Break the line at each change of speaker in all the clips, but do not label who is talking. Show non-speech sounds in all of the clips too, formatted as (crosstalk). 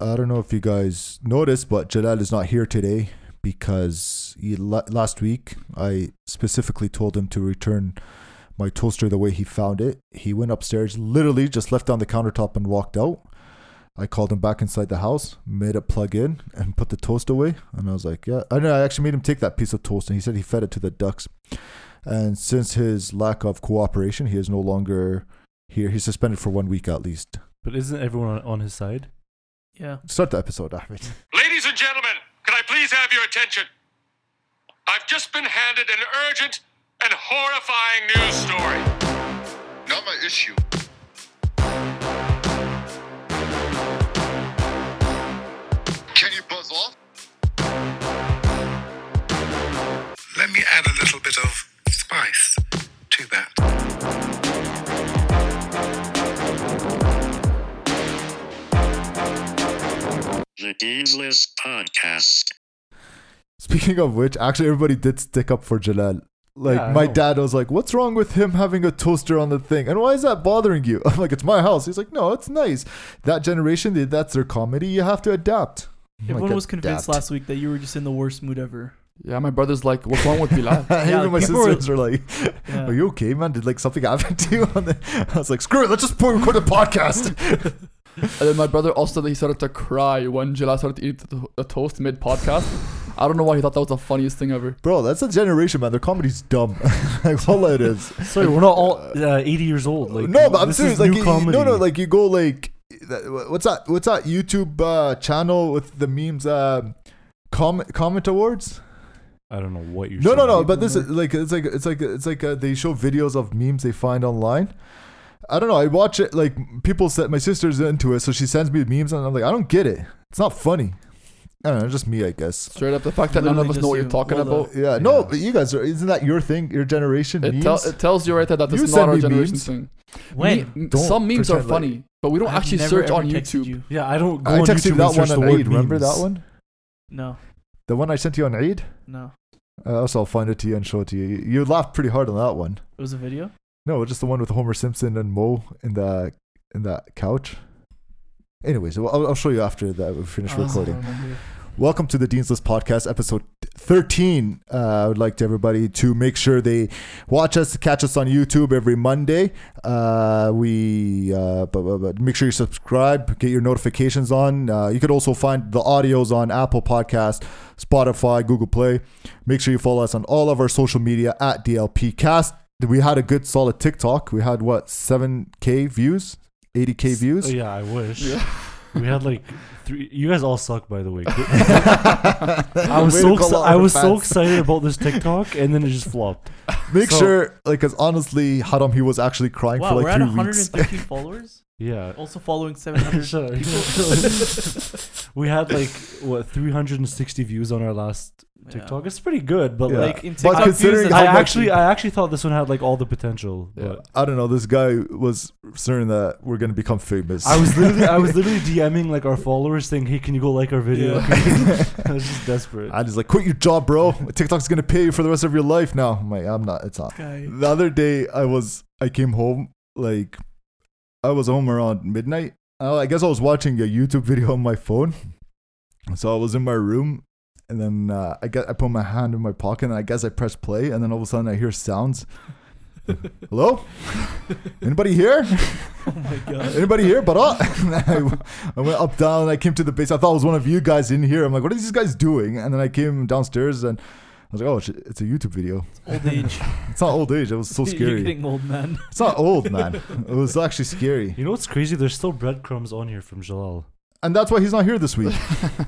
I don't know if you guys noticed, but Jalal is not here today because he, la- last week I specifically told him to return my toaster the way he found it. He went upstairs, literally just left it on the countertop and walked out. I called him back inside the house, made it plug in, and put the toast away. And I was like, yeah. I know I actually made him take that piece of toast, and he said he fed it to the ducks. And since his lack of cooperation, he is no longer here. He's suspended for one week at least.
But isn't everyone on, on his side?
Yeah.
Start the episode, Ahmed.
Ladies and gentlemen, can I please have your attention? I've just been handed an urgent and horrifying news story.
Not my issue. Can you buzz off?
Let me add a little bit of spice to that.
The Dean's List Podcast.
Speaking of which, actually, everybody did stick up for Jalal. Like,
Yeah, I
my
know.
dad was like, What's wrong with him having a toaster on the thing? And why is that bothering you? (laughs) I'm like, It's my house. He's like, No, it's nice. That generation, they- that's their comedy. You have to adapt. I'm
Everyone
like,
was convinced
"Adapt."
last week that you were just in the worst mood ever.
Yeah, my brother's like, what's wrong with Bilal?
(laughs)
Yeah,
Even my
people were-
sisters are like,
Yeah.
Are you okay, man? Did like something happen to you? (laughs) On the- I was like, Screw it. Let's just record a podcast. (laughs)
and then my brother also he started to cry when Jalal started to eat the, the toast mid podcast. I don't know why he thought that was the funniest thing ever.
Bro, that's a generation, man. Their comedy's dumb. (laughs) like, all it is.
(laughs) Sorry, we're not all uh, 80 years old. Like
no, but I'm
this
serious.
is
Like,
new
you-
comedy.
no, no, like you go like that- what's that? What's that YouTube uh, channel with the memes? Uh, comment comment awards?
I don't know what you're.
No, no,
saying.
no. But this is like it's like it's like it's like uh, they show videos of memes they find online. I don't know. I watch it like people said. My sister's into it, so she sends me memes, and I'm like, I don't get it. It's not funny. I don't know. Just me, I guess.
Straight up, the fact that none
Literally
of us
just
know what
you.
you're talking
Well, uh,
about.
Yeah. No, but you guys are. Isn't that your thing? Your generation
It,
memes?
tell, it tells you right there that this
You
is
send
not our
me
generation
memes.
thing.
When?
Me-
Don't
some memes are
pretend like-
funny, but we don't
I've
actually
never,
search
ever
on
texted
YouTube.
you.
yeah, I don't go
I
on
texted you
YouTube
that
and
one
search
on
the word
Eid. Remember that
memes.
one?
No,
The one I sent you on Eid.
no.
Uh, also, I'll find it to you and show it to you. You- You laughed pretty hard on that one.
It was a video?
No, just the one with Homer Simpson and Mo in the in that couch. Anyways, I'll, I'll show you after that we finish
Oh,
recording.
I don't remember.
Welcome to the Dean's List podcast, episode 13. Uh, I would like to everybody to make sure they watch us, catch us on YouTube every Monday. Uh, we uh, but, but, but make sure you subscribe, get your notifications on. Uh, you could also find the audios on Apple Podcast, Spotify, Google Play. Make sure you follow us on all of our social media at DLPcast. We had a good solid TikTok. We had what 7k views, 80k views. (laughs)
Oh, yeah, I wish.
Yeah.
(laughs) We had like three. You guys all suck, by the
(laughs)
way. I
I
was so exci- I was so excited about this TikTok, and then it just flopped.
Make
So-
sure, like, because honestly, Haram, he was actually crying
Wow,
for
we're at
like three weeks.
113 followers.
Yeah. (laughs)
Also following 700.
(laughs)
Sorry. (laughs) we had like what 360 views on our last
Yeah.
TikTok. It's pretty good, but
Yeah.
like
Like in
But
TikTok
considering
views,
how
I
I
much- (laughs)
actually I actually thought this one had like all the potential.
Yeah.
But
(laughs) I don't know. This guy was certain that we're gonna become famous.
I was literally I was literally DMing like our followers saying, "Hey, can you go like our video?" (laughs) I was just
(laughs)
desperate.
I just like quit your job, bro. TikTok's gonna pay you for the rest of your life now. I'm like, I'm not. It's not.
Guy. oh
The other day, I was I came home like I was home around midnight. I I guess I was watching a YouTube video on my phone, so I was in my room, and then uh, I got I put my hand in my pocket, and I guess I pressed play, and then all of a sudden I hear sounds. (laughs) Hello? Anybody here?
Oh my
(laughs)
god.
Anybody here? But uh, I, I went up down. I came to the base. I thought it was one of you guys in here. I'm like, what are these guys doing? And then I came downstairs and I was like, oh, shit, it's a YouTube video.
Old age.
It's not old age. It
(laughs)
was so
(laughs) You're
scary.
getting old, man.
It's not old, man. It was actually scary,
you know what's crazy? There's still breadcrumbs on here from Jalal.
and that's why he's not here this week.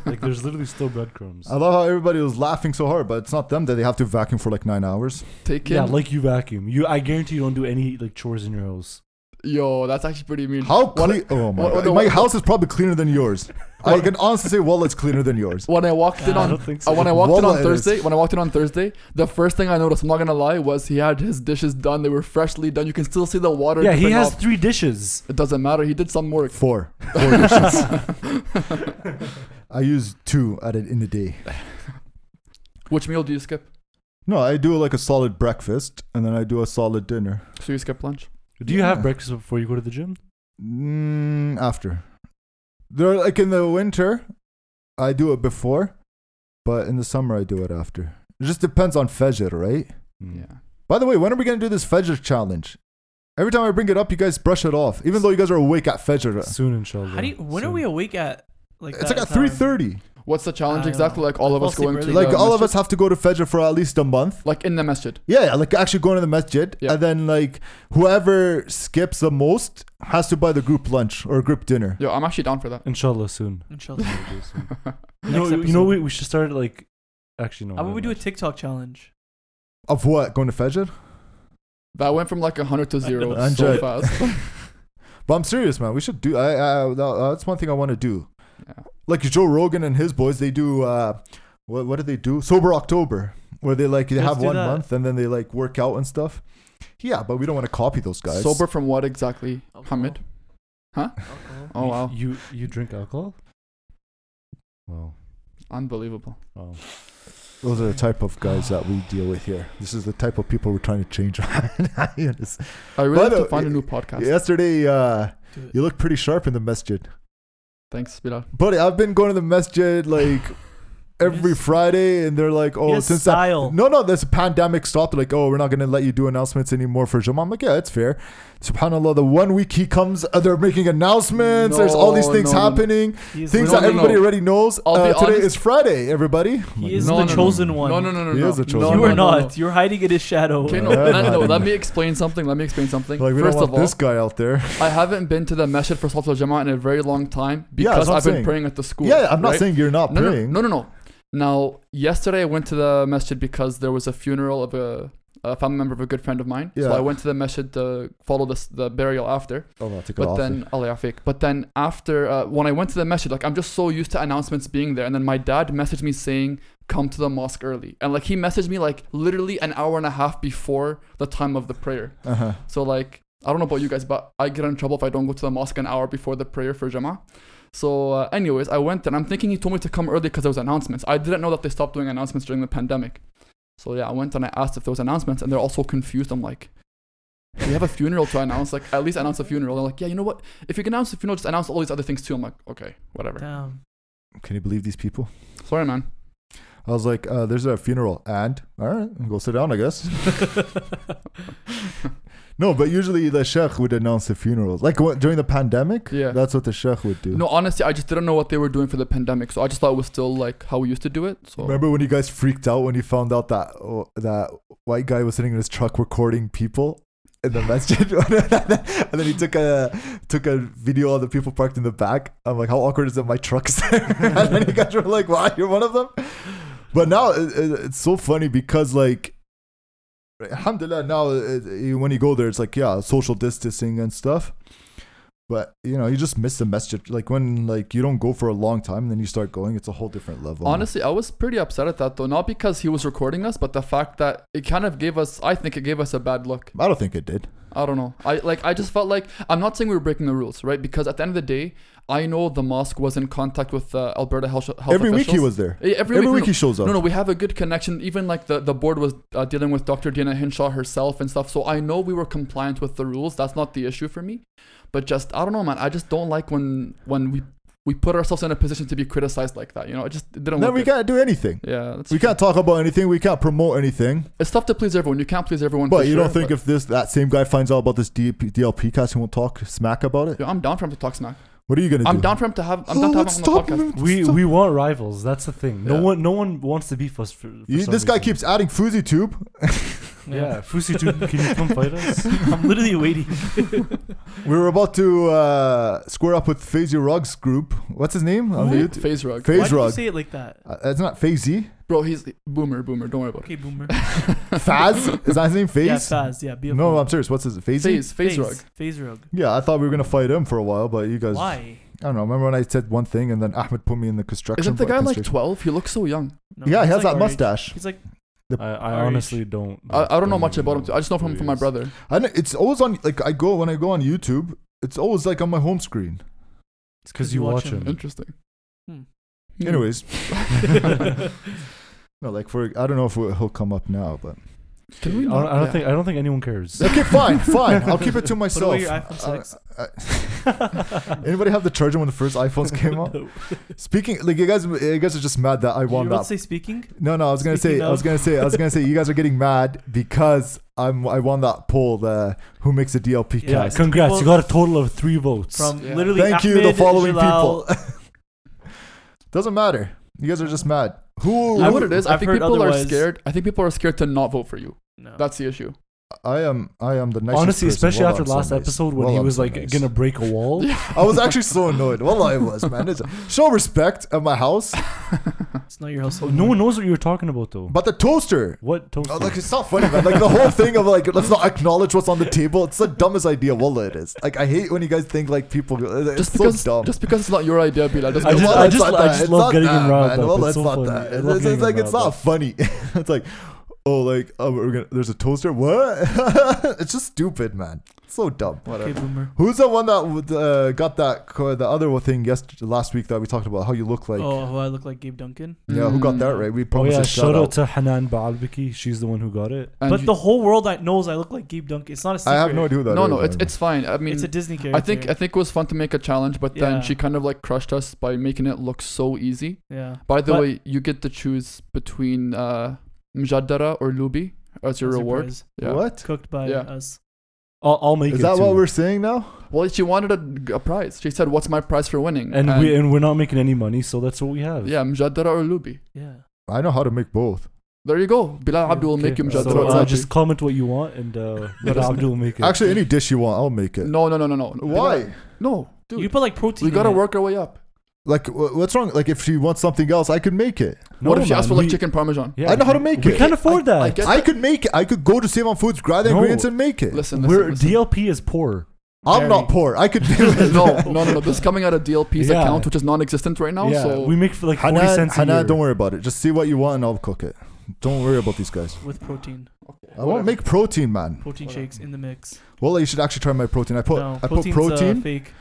Like there's literally still breadcrumbs.
I love how everybody was laughing so hard, but it's not them that they have to vacuum for like nine hours.
Taken?
yeah, like you vacuum. You I guarantee you don't do any like chores in your house.
Yo, that's actually pretty mean.
How clean? Oh my
what-
god,
no,
my
what-
house is probably cleaner than yours. I can honestly say, well, it's cleaner than yours.
When I walked in
Nah, I
on
don't think
uh, when I walked in
Wallah,
on
it is.
Thursday, when I walked in on Thursday, the first thing I noticed, I'm not gonna lie, was he had his dishes done. They were freshly done. You can still see the water.
Yeah, he
dripping
has
off.
three dishes.
It doesn't matter. He did some work.
Four, four (laughs) dishes. I use two at it in a day.
(laughs) Which meal do you skip?
No, I do like a solid breakfast and then I do a solid dinner.
So you skip lunch?
Do you have
Yeah.
breakfast before you go to the gym?
Mm, after. They're like in the winter, I do it before, but in the summer I do it after. It just depends on Fajr, right? Mm.
Yeah.
By the way, when are we gonna do this Fajr challenge? Every time I bring it up, you guys brush it off, even though you guys are awake at Fajr.
Mm. Soon, inshallah.
How do you, when are
Soon.
we awake at? Like
It's
that
like at
time?
three thirty.
What's the
I
challenge
don't
exactly?
know.
Like all of
Fall
us going
asleep
to
early.
Like
the
all of
masjid?
us have to go to Fajr for at least a month.
like in the masjid.
Yeah, yeah, like actually going to the masjid,
Yeah.
and then like whoever skips the most has to buy the group lunch or group dinner.
Yo, I'm actually down for that.
Inshallah, soon.
(laughs)
Inshallah.
You know,
Next
you know,
episode.
we, we should start like. Actually, no.
How about
never
we do a
mind.
TikTok challenge?
Of what? Going to Fajr?
(laughs) That went from like
(laughs)
100 to 0 so
Hundred.
fast.
But I'm serious, man. We should do. I, I that- that's one thing I want to do.
Yeah.
Like Joe Rogan and his boys, they do. Uh, what what do they do? Sober October, where they like they
Let's
have
do
one
that.
month and then they like work out and stuff. Yeah, but we don't want to copy those (laughs) guys.
Sober from what exactly, Hamid?
Alcohol.
Oh,
(laughs)
wow.
You you drink alcohol? Wow.
Unbelievable.
Wow.
Those are the type of guys that we deal with here. This is the type of people we're trying to change. (laughs)
I really
By
have
the
to find a
way-
new podcast.
Yesterday, uh,
Do it.
you look pretty sharp in the masjid,
Thanks, Bilal.
buddy. I've been going to the masjid like every
Yes.
Friday, and they're like, "Oh,
Yes,
since that
style.
No, no, this pandemic stopped. Like, oh, we're not going to let you do announcements anymore for Jumah. I'm like, yeah, it's fair. SubhanAllah, the one week he comes, uh, they're making announcements. There's all these
No,
things
no, no, no.
happening,
He's
things
No,
that
no,
everybody
no.
already knows.
I'll be
Uh, today
honest.
is Friday, everybody. I'm like,
He is
No,
the
no, no,
chosen one.
No, no, no, no,
He
no.
is a
no,
chosen
no,
you are
no, no,
not.
no.
You're hiding in his shadow.
Okay, no,
Yeah,
(laughs)
no, no,
no,
let
no.
me explain something. Let me explain something.
like, we
First
don't
of
want
all,
this guy out there.
I haven't been to the masjid for Salatul Jama'ah in a very long time
Yeah, that's
because
what I'm
I've been
saying.
praying at the school.
Yeah, I'm not
right?
saying you're not
no,
praying.
No, no, no, no. Now, yesterday I went to the masjid because there was a funeral of a, a family member of a good friend of mine. So
Yeah.
I went to the masjid to follow this, the burial after.
Oh, I'll take it
But
off.
then, Allah yafik. But then after, uh, when I went to the masjid, like I'm just so used to announcements being there. And then my dad messaged me saying, "Come to the mosque early." And like he messaged me like literally an hour and a half before the time of the prayer.
uh-huh.
So like I don't know about you guys, but I get in trouble if I don't go to the mosque an hour before the prayer for Jama. So, uh, anyways, I went and I'm thinking he told me to come early because there was announcements. I didn't know that they stopped doing announcements during the pandemic. So yeah, I went and I asked if there was announcements, and they're all so confused. I'm like, we have a funeral to announce. Like, at least announce a funeral. They're like, yeah, you know what? If you can announce a funeral, just announce all these other things too. I'm like, okay, whatever.
Damn.
Can you believe these people?
Sorry, man.
I was like, uh, there's a funeral, and all right, go sit down, I guess. No, but usually the sheikh would announce the funeral, like what, during the pandemic.
Yeah.
that's what the sheikh would do.
No, honestly, I just didn't know what they were doing for the pandemic, so I just thought it was still like how we used to do it. So
Remember when you guys freaked out when you found out that oh, that white guy was sitting in his truck recording people in the (laughs) masjid, and then he took a took a video of the people parked in the back. I'm like, how awkward is it? My truck's (laughs) there, and then you guys were like, wow, you're one of them. But now it, it- it's so funny because like. Alhamdulillah, now uh, when you go there, it's like, yeah, social distancing and stuff. But, you know, you just miss the message. Like, when, like, you don't go for a long time and then you start going, it's a whole different level.
Honestly, I was pretty upset at that though. Not because he was recording us, but the fact that it kind of gave us I think it gave us a bad look.
I don't think it did.
I don't know. I like I just felt like I'm not saying we were breaking the rules, right? Because at the end of the day, I know the mosque was in contact with uh, Alberta health, health
every week he
officials.
was there.
Yeah, every,
Every week
no.
he shows up.
No, no, we have a good connection. Even like the, the board was uh, dealing with Dr. Dina Hinshaw herself and stuff. So I know we were compliant with the rules. That's not the issue for me. But just I don't know, man. I just don't like when when we we put ourselves in a position to be criticized like that. You know, it just it
Then
didn't. look
we
good.
can't do anything.
Yeah, that's
We can't talk about anything. We can't promote anything.
It's tough to please everyone. You can't please everyone.
But
for
you
sure,
don't think
but-
if this that same guy finds out about this DP, DLP cast, he won't talk smack about it?
Yo, I'm down for him to talk smack.
What are you gonna
I'm
do?
down for him to have. I'm down to have him on the podcast. (laughs)
We we want rivals. That's the thing. No
Yeah.
one no one wants to beef us. For, for
You-
some
this guy
reason.
keeps adding Fuzi Tube.
Yeah, Fusi, dude, can you come fight
(laughs)
us?
I'm
(laughs)
literally waiting.
We (laughs) were about to uh, square up with Fazy Ruggs group. What's his name on
Who?
YouTube?
Phase rug.
Why
Phase
do you
Rug.
say it like that?
Uh, it's not Fazy.
Bro, he's boomer, boomer. Don't worry about it.
Okay, boomer.
(laughs)
Faz. Is that his name?
Yeah,
Faze.
Faz. Yeah, beautiful.
no, I'm serious. What's his Fazy?
Phase, phase rug.
Phase rug.
Yeah, I thought we were gonna fight him for a while, but you guys.
Why?
I don't know. Remember when I said one thing and then Ahmed put me in the construction?
Isn't the guy like
construction-
12? He looks so young.
No,
yeah, he
he's
has
like
that
our age.
mustache.
He's like,
I, I
Irish.
honestly don't.
I, I don't know much
even
about him. Too. I just know
who
him
he
from my
is.
brother.
I know it's always on like I go when I go on YouTube, it's always like on my home screen.
it's
'cause you watch him.
Interesting.
Hmm.
Hmm. (laughs)
Anyways, no, like for I don't know if we- he'll come up now, but (laughs)
Can
(laughs)
we?
I don't, I don't
yeah.
think I don't think anyone cares.
Okay, fine, fine. I'll keep it
(laughs)
to
Put away
myself.
your iPhone
Uh, (laughs)
6.
(laughs)
(laughs)
Anybody have the charger when the first iPhones came out?
No.
Speaking, like you guys, you guys are just mad that I
You're
won
about
that.
to say speaking?
no, no, I was gonna say,
Speaking
I was
of-
gonna say, I was gonna say, you guys are getting mad because I'm, I won that poll, the who makes a DLP
yeah,
cast.
congrats! you
People-
got a total of three votes.
From
Yeah.
literally
Thank you, the
Ahmed,
following
Jalal.
people. Doesn't matter. You guys are just mad. Who?
You know what it is? i
I've
think
heard
people
otherwise.
are scared. I think people are scared to not vote for you.
(laughs) No.
That's the issue.
I am. I am the nicest. person.
Honestly, especially
Wallah,
after
I'm so
last
nice.
episode when
Wallah,
he
I'm
was
so
like
nice.
gonna break a wall.
I
(laughs)
was actually so annoyed. Well, I was, man. It's, show respect at my house.
It's not your house.
Oh, no one knows what you were talking about though.
But the toaster.
what toast?
Oh, like it's (laughs) not funny, man. Like the whole thing of like let's not acknowledge what's on the table. It's the dumbest idea. Wallah, it is. Like I hate when you guys think like people. go- It's
Just
so
because,
dumb.
just because it's not your idea, Bilal. Just
I just-
Wallah,
I
it's
just-
not
I
that.
just
It's
love
not
getting
that,
him riled
man.
up.
Wallah,
It's
it's
so
not
funny. I
that.
love
It's, it's
getting him
like it's
riled
not
up.
funny. (laughs) it's like, oh, like oh, we're gonna, there's a toaster. What? (laughs) it's just stupid, man. It's so dumb.
Okay,
Whatever.
boomer.
Who's the one that would, uh, got that co- the other thing yesterday last week that we talked about? How you look like?
oh, who I look like Gabe Duncan.
Yeah, who got that
Mm.
right? We
Oh
promised
yeah,
a
shout
shout
out
out.
to Hanan Baalbeki. She's the one who got it.
And
but
you-
the whole world that knows I look like Gabe Duncan. It's not a secret.
I have no idea who that
no,
is,
no, it's
man.
it's fine. I mean,
It's a Disney character.
I think I think it was fun to make a challenge, but
Yeah.
then she kind of like crushed us by making it look so easy.
yeah.
By the
But-
way, you get to choose between uh, Mjaddara or Lubi as your
That's
reward.
prize.
Yeah.
what?
Cooked by
Yeah.
us.
I'll, I'll make
Is
it.
that
too.
what we're saying now?
Well, she wanted a, a prize. She said, "What's my prize for winning?"
And we and we're not making any money, so that's what we have.
yeah, Mjaddara or Lubi.
Yeah.
I know how to make both.
There you go. Bilal Abdul will make you
Okay.
Mjaddara.
So
or
uh,
Lubi.
just comment what you want, and
(laughs)
uh,
Let us
Abdul will make it.
Actually, any dish you want, I'll make it.
no, no, no, no, no.
Why?
No, dude.
you put like protein.
we gotta
in it.
work our way up.
Like, wh- what's wrong? Like, if she wants something else, I could make it.
No,
what if she asked for like
man, we-
chicken
(laughs)
parmesan?
Yeah,
I know how to
we-
make
We
it.
can't afford that.
I get
I
that.
could make it. I could go to Save on Foods, grab the
No.
ingredients, and make it.
Listen, listen,
we're
listen.
DLP is poor.
I'm
Very-
not poor. I
(laughs)
could do it. (laughs)
(laughs) no, no, no, no. This is coming out of DLP's
Yeah.
account, which is non-existent right now.
yeah,
so
we make for like forty
Hanan,
cents a
Hanan,
year.
don't worry about it. Just see what you want, and I'll cook it. Don't worry about these guys.
with protein.
I won't make protein, man.
Protein shakes in the mix.
Well, you should actually try my protein. I put,
no,
I put
protein's,
protein.
Uh, fake.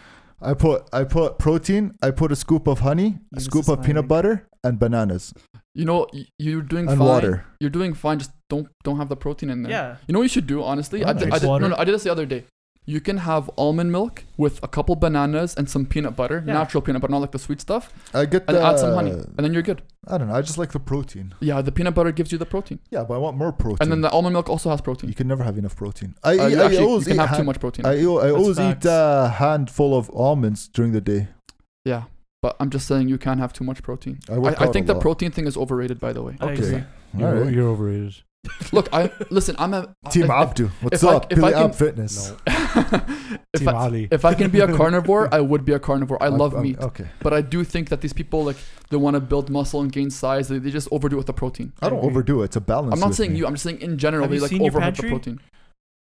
I put I put protein. I put a scoop of honey, a
Eunice
scoop
is
of peanut
smiling.
butter, and bananas
you know y- you're doing
and
fine.
water.
You're doing fine. Just don't don't have the protein in there.
Yeah.
You know what you should do, honestly. I,
Oh,
did, I
nice.
did, no,
Water.
no, I did this the other day. You can have almond milk with a couple bananas and some peanut butter,
Yeah.
natural peanut butter, not like the sweet stuff,
I get
and
the,
add some honey, and then you're good.
I don't know. I just like the protein.
Yeah, the peanut butter gives you the protein,
Yeah, but I want more protein.
and then the almond milk also has
you
protein.
can never have enough protein. I,
Uh,
eat,
you
I
actually you
always
can
eat
have too
hand-
much protein.
I, al- I always
facts.
eat a handful of almonds during the day.
yeah, but I'm just saying you can't have too much protein.
I,
I,
work
I
out
think
a
the
lot.
protein thing is overrated, by the way.
I
Okay.
agree.
You're,
Alright.
you're overrated.
Look, I listen. I'm a
(laughs) Team
if-
Abdu, what's
if I-
up?
if I
Billy
can-
Ab Fitness.
No.
(laughs) if,
Team
I,
Ali.
if I can
(laughs)
be a carnivore, I would be a carnivore. I love
I'm-
meat,
Okay,
but I do think that these people like they want to build muscle and gain size. They, they just overdo it with the protein.
I don't overdo it. It's a balance.
I'm not
with
saying
me.
you. I'm just saying in general
Have
they
you
like
seen your
overhype the
pantry?
protein.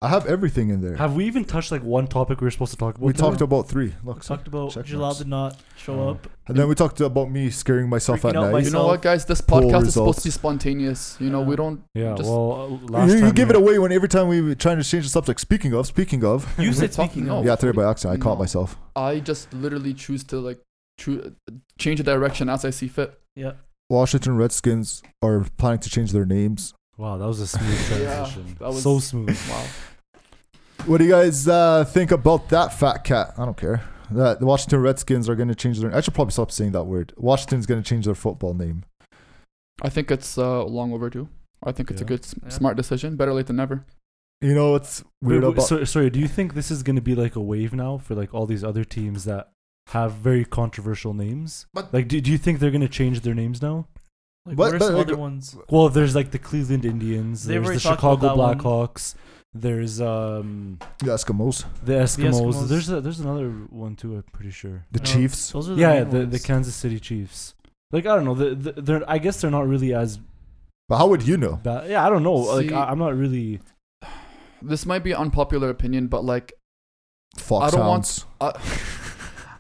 I have everything in there.
Have we even touched like one topic we were supposed to talk about?
we
today?
talked about three. Look,
We talked about
check
Jalal
marks.
did not show
Oh.
up.
and then we talked about me scaring myself
Freaking
at
out
night.
You know
Myself,
what, guys? This
poll
podcast is supposed to be
results.
spontaneous. You know, we
Yeah.
don't.
Yeah.
just-
well, uh, last
You, you
time
give
we-
it away when every time we were trying to change the subject. Speaking of, speaking of,
You
We're
said
talking-
speaking.
no.
of.
yeah, three by accident. I caught
Oh, No.
myself.
I just literally choose to like choo- change the direction as I see fit.
Yeah.
Washington Redskins are planning to change their names.
Wow, that was a smooth
Yeah,
transition.
that was-
so smooth.
Wow.
What do you guys uh, think about that, fat cat? I don't care. That the Washington Redskins are going to change their. I should probably stop saying that word. Washington's going to change their football name.
I think it's uh, long overdue. I think it's a
Yeah.
good, s-
Yeah.
smart decision. Better late than never.
You know, it's
Wait,
weird
wait,
about.
so, sorry, do you think this is going to be like a wave now for like all these other teams that have very controversial names?
But-
like, do, do you think they're going to change their names now?
But-
Like, what are
but,
some
like,
other ones?
Well, there's like the Cleveland Indians,
They've
there's the
already talked about
Chicago
that one.
Blackhawks, there's um
the Eskimos,
the Eskimos.
Eskimos.
There's a, there's another one too, I'm pretty sure.
the
No,
Chiefs.
Uh, Those are the
Yeah,
main
the, the
ones.
Kansas City Chiefs. Like I don't know, the, the, they're I guess they're not really as
But how would you know?
bad. Yeah, I don't know. like
See-
I, I'm not really.
This might be unpopular opinion, but like
Foxhounds.
I don't want- I,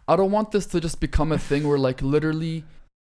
I don't want this to just become a thing where like literally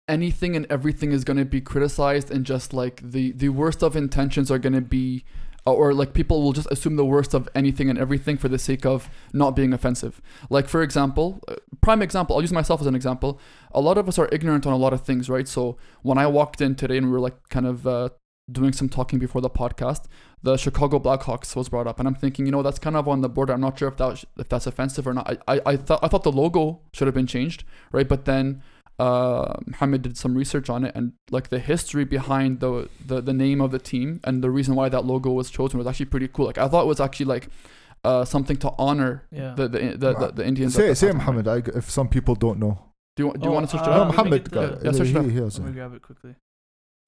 anything and everything is going to be criticized and just like the the worst of intentions are going to be or like people will just assume the worst of anything and everything for the sake of not being offensive like for example uh, prime example i'll use myself as an example a lot of us are ignorant on a lot of things right so when i walked in today and we were like kind of uh, doing some talking before the podcast, the Chicago Blackhawks was brought up, and I'm thinking, you know, that's kind of on the border. I'm not sure if that if that's offensive or not. I I, I thought I thought the logo should have been changed, right? But then uh, Mohammed did some research on it, and like the history behind the, the the name of the team and the reason why that logo was chosen was actually pretty cool. Like I thought it was actually like uh, something to honor
Yeah.
the the the, the, the Indians. at
Say
that
say
time, right?
Muhammad. I, if some people don't know,
Do you want do you
Oh,
want to switch it
uh,
No,
up?
we
Muhammad
could do
got
that.
it.
Yeah, search it
he,
up.
he
Let
has
me
it.
grab it quickly.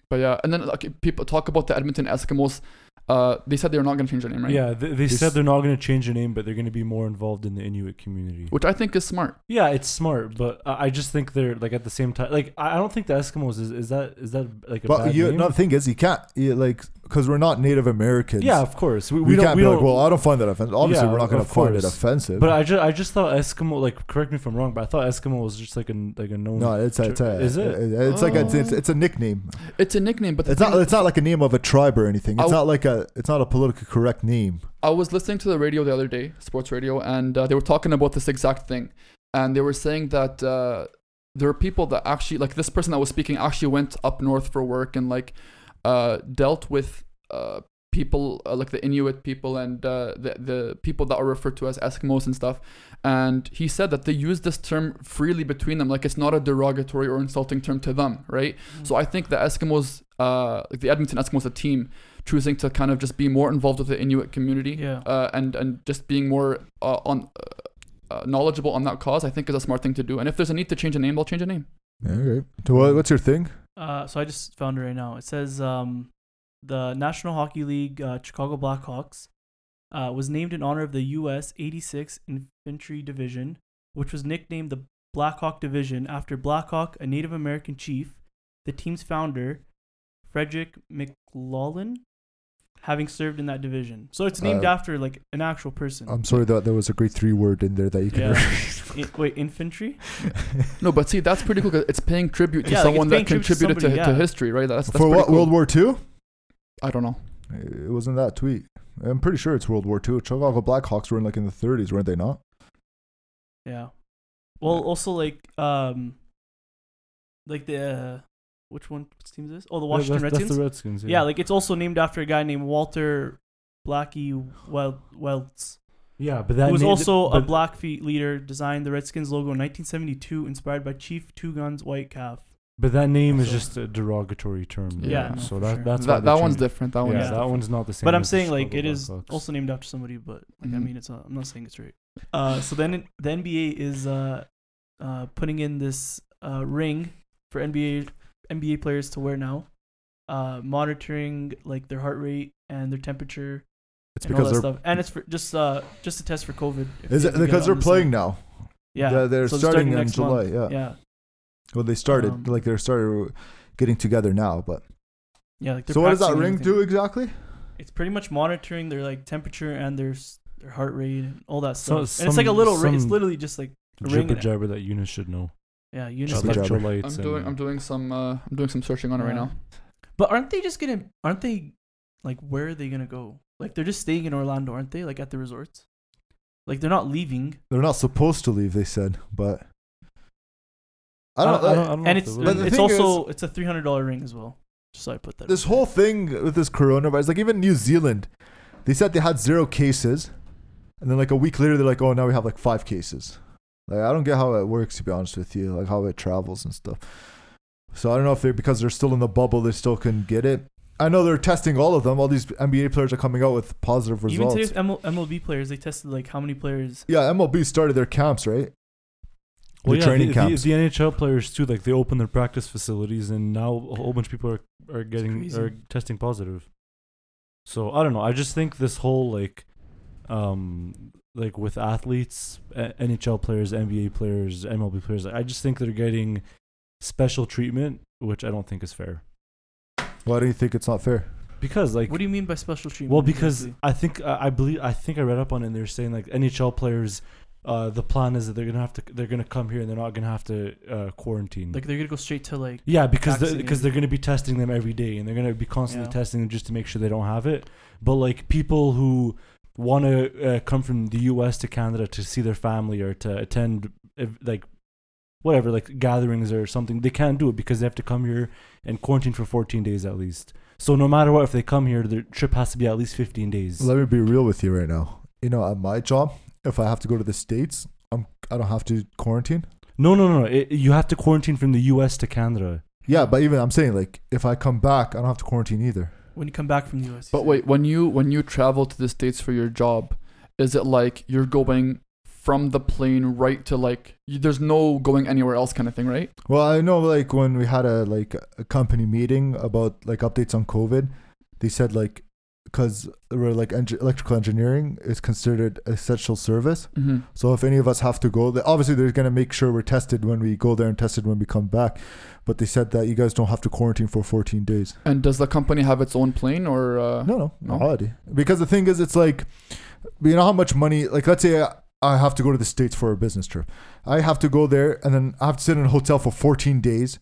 But yeah, and then like people talk about the Edmonton Eskimos. Uh, they said they were not going to change their name, right?
Yeah, they, they
This-
said they're not going to change the name, but they're going to be more involved in the Inuit community.
Which I think is smart.
Yeah, it's smart, but I I just think they're like at the same time. Like I I don't think the Eskimos is is that is that like a
But
bad
you,
name?
no, the thing is, he can't you, like because we're not Native Americans.
yeah, of course we,
we,
we, don't
can't
we
be
don't.
like, well, I don't find that offensive. Obviously,
Yeah,
we're not going
of
to find it
course.
offensive.
but I just I just thought Eskimo like correct me if I'm wrong, but I thought Eskimo was just like a like a known.
no, it's a, it's a,
Is it? Oh.
It's like a, it's, it's a nickname.
It's a nickname, but the
It's not
thing-
it's not like a name of a tribe or anything.
Oh.
It's
I-
not like a it's not a politically correct name.
I was listening to the radio the other day, sports radio, and uh, they were talking about this exact thing, and they were saying that uh, there are people that actually, like this person that was speaking, actually went up north for work and like uh, dealt with uh, people uh, like the Inuit people and uh, the the people that are referred to as Eskimos and stuff. And he said that they use this term freely between them, like it's not a derogatory or insulting term to them, right? So I think the Eskimos, uh, like the Edmonton Eskimos, a team choosing to kind of just be more involved with the Inuit community
Yeah.
uh, and and just being more uh, on uh, uh, knowledgeable on that cause, I think is a smart thing to do. And if there's a need to change a name, they'll change a name.
Okay. So what, what's your thing?
Uh, so I just found it right now. It says um, the National Hockey League uh, Chicago Blackhawks uh, was named in honor of the U.S. 86 Infantry Division, which was nicknamed the Blackhawk Division after Blackhawk, a Native American chief, the team's founder, Frederick McLaughlin, having served in that division. So it's named
Uh,
after like an actual person.
I'm sorry that there was a great three word in there that you can.
yeah. In- wait, infantry? (laughs)
No, but see, that's pretty cool because it's paying tribute to
Yeah, like, it's
someone
paying
that
tribute to
contributed to,
somebody,
to
yeah.
history, right? That's, that's
For
pretty
what
cool.
World War Two?
I don't know.
It wasn't that tweet. I'm pretty sure it's World War Two. Chicago Blackhawks were in like in the 30s, weren't they not?
Yeah. Well, also like um, like the uh, which one which team is this? Oh, the
Yeah,
Washington
that's,
Redskins.
That's the Redskins. Yeah,
yeah. like it's also named after a guy named Walter Blackie Wel- Welts,
yeah, but that
who was
name-
also a
but-
Blackfeet leader. Designed the Redskins logo in 1972, inspired by Chief Two Guns White Calf.
But that name is
So-
just a derogatory term.
Yeah,
right?
no,
so
for
that
sure.
that's why
That,
they
that one's
changed it.
different. That
Yeah,
one's
Yeah.
that one's not the same.
but I'm
as the
saying like it
Chicago
is
Blackhawks.
also named after somebody. But like I
Mm-hmm.
Mhm.
mean, it's not, I'm not saying it's right. Uh, so then it- the NBA is uh, uh, putting in this uh, ring for NBA NBA players to wear now, uh, monitoring like their heart rate and their temperature
It's
and all
because
that
they're
stuff. And it's for just uh, just a test for COVID. if
is
they
it
can get
because
on
they're
this
playing
thing.
now.
Yeah,
they're, they're
so
starting, in
next
July.
month.
Yeah.
Yeah,
Well, they started
Um,
like they're started getting together now. But
yeah. Like they're
so what does that
practicing
ring
everything.
do exactly?
It's pretty much monitoring their like temperature and their s- their heart rate and all that
So-
stuff. and it's like a
some-
little ring. It's
some
literally just like a ring.
jibber
and-
jabber that Eunice should know.
Yeah, you
Just
know.
Jibber like- jabber.
Electrolytes.
I'm doing.
and-
I'm doing some. Uh, I'm doing some searching on it right
Yeah.
now.
But aren't they just gonna? Aren't they like where are they gonna go? Like they're just staying in Orlando, aren't they? Like at the resorts. Like they're not leaving.
They're not supposed to leave. They said, but I don't.
I don't- I don't- I don't know
and
if
it's
they will.
But the
it's
thing
also it's a three hundred dollar ring as well. Just so I put that.
this
in.
whole thing with this coronavirus, like even New Zealand, they said they had zero cases, and then like a week later, they're like, oh, now we have like five cases. Like I don't get how it works to be honest with you, like how it travels and stuff. So I don't know if they're because they're still in the bubble, they still can get it. I know they're testing all of them. All these NBA players are coming out with positive
Even
results.
today's ML, MLB players, they tested like how many players.
yeah, MLB started their camps, right?
Well,
Their
yeah,
training
the, the-
camps.
The, NHL players too, like they open their practice facilities, and now a whole bunch of people are are getting
crazy.
are testing positive. So I don't know. I just think this whole like, um, like with athletes, a- NHL players, NBA players, MLB players, I just think they're getting special treatment, which I don't think is fair.
Why do you think it's not fair?
Because like,
What do you mean by special treatment?
well, because
exactly?
I think I I believe I think I read up on it. and They're saying like NHL players. Uh, the plan is that they're gonna have to. They're gonna come here, and they're not gonna have to uh, quarantine.
like they're gonna go straight to like
Yeah, because they're,
vaccinated.
because they're going to be testing them every day, and they're going to be constantly
Yeah.
testing them just to make sure they don't have it. But like people who want to uh, come from the U.S. to Canada to see their family or to attend uh, like whatever like gatherings or something, they can't do it because they have to come here and quarantine for 14 days at least. So no matter what, if they come here, their trip has to be at least 15 days.
Let me be real with you right now. You know, at my job, if I have to go to the states, I'm I don't have to quarantine.
No, no, no. no. It, you have to quarantine from the U.S. to Canada.
Yeah, but even I'm saying like if I come back, I don't have to quarantine either.
when you come back from the US.
But wait, when you when you travel to the states for your job, is it like you're going from the plane right to like you, there's no going anywhere else kind of thing, right?
Well, I know like when we had a like a company meeting about like updates on COVID, they said like because we're like eng- electrical engineering is considered essential service.
Mm-hmm.
So if any of us have to go, they- obviously they're gonna make sure we're tested when we go there and tested when we come back. But they said that you guys don't have to quarantine for 14 days.
And does the company have its own plane or? Uh,
No, no, no
No?
holiday. Because the thing is, it's like, you know how much money, like, let's say I- I have to go to the States for a business trip. I have to go there and then I have to sit in a hotel for 14 days,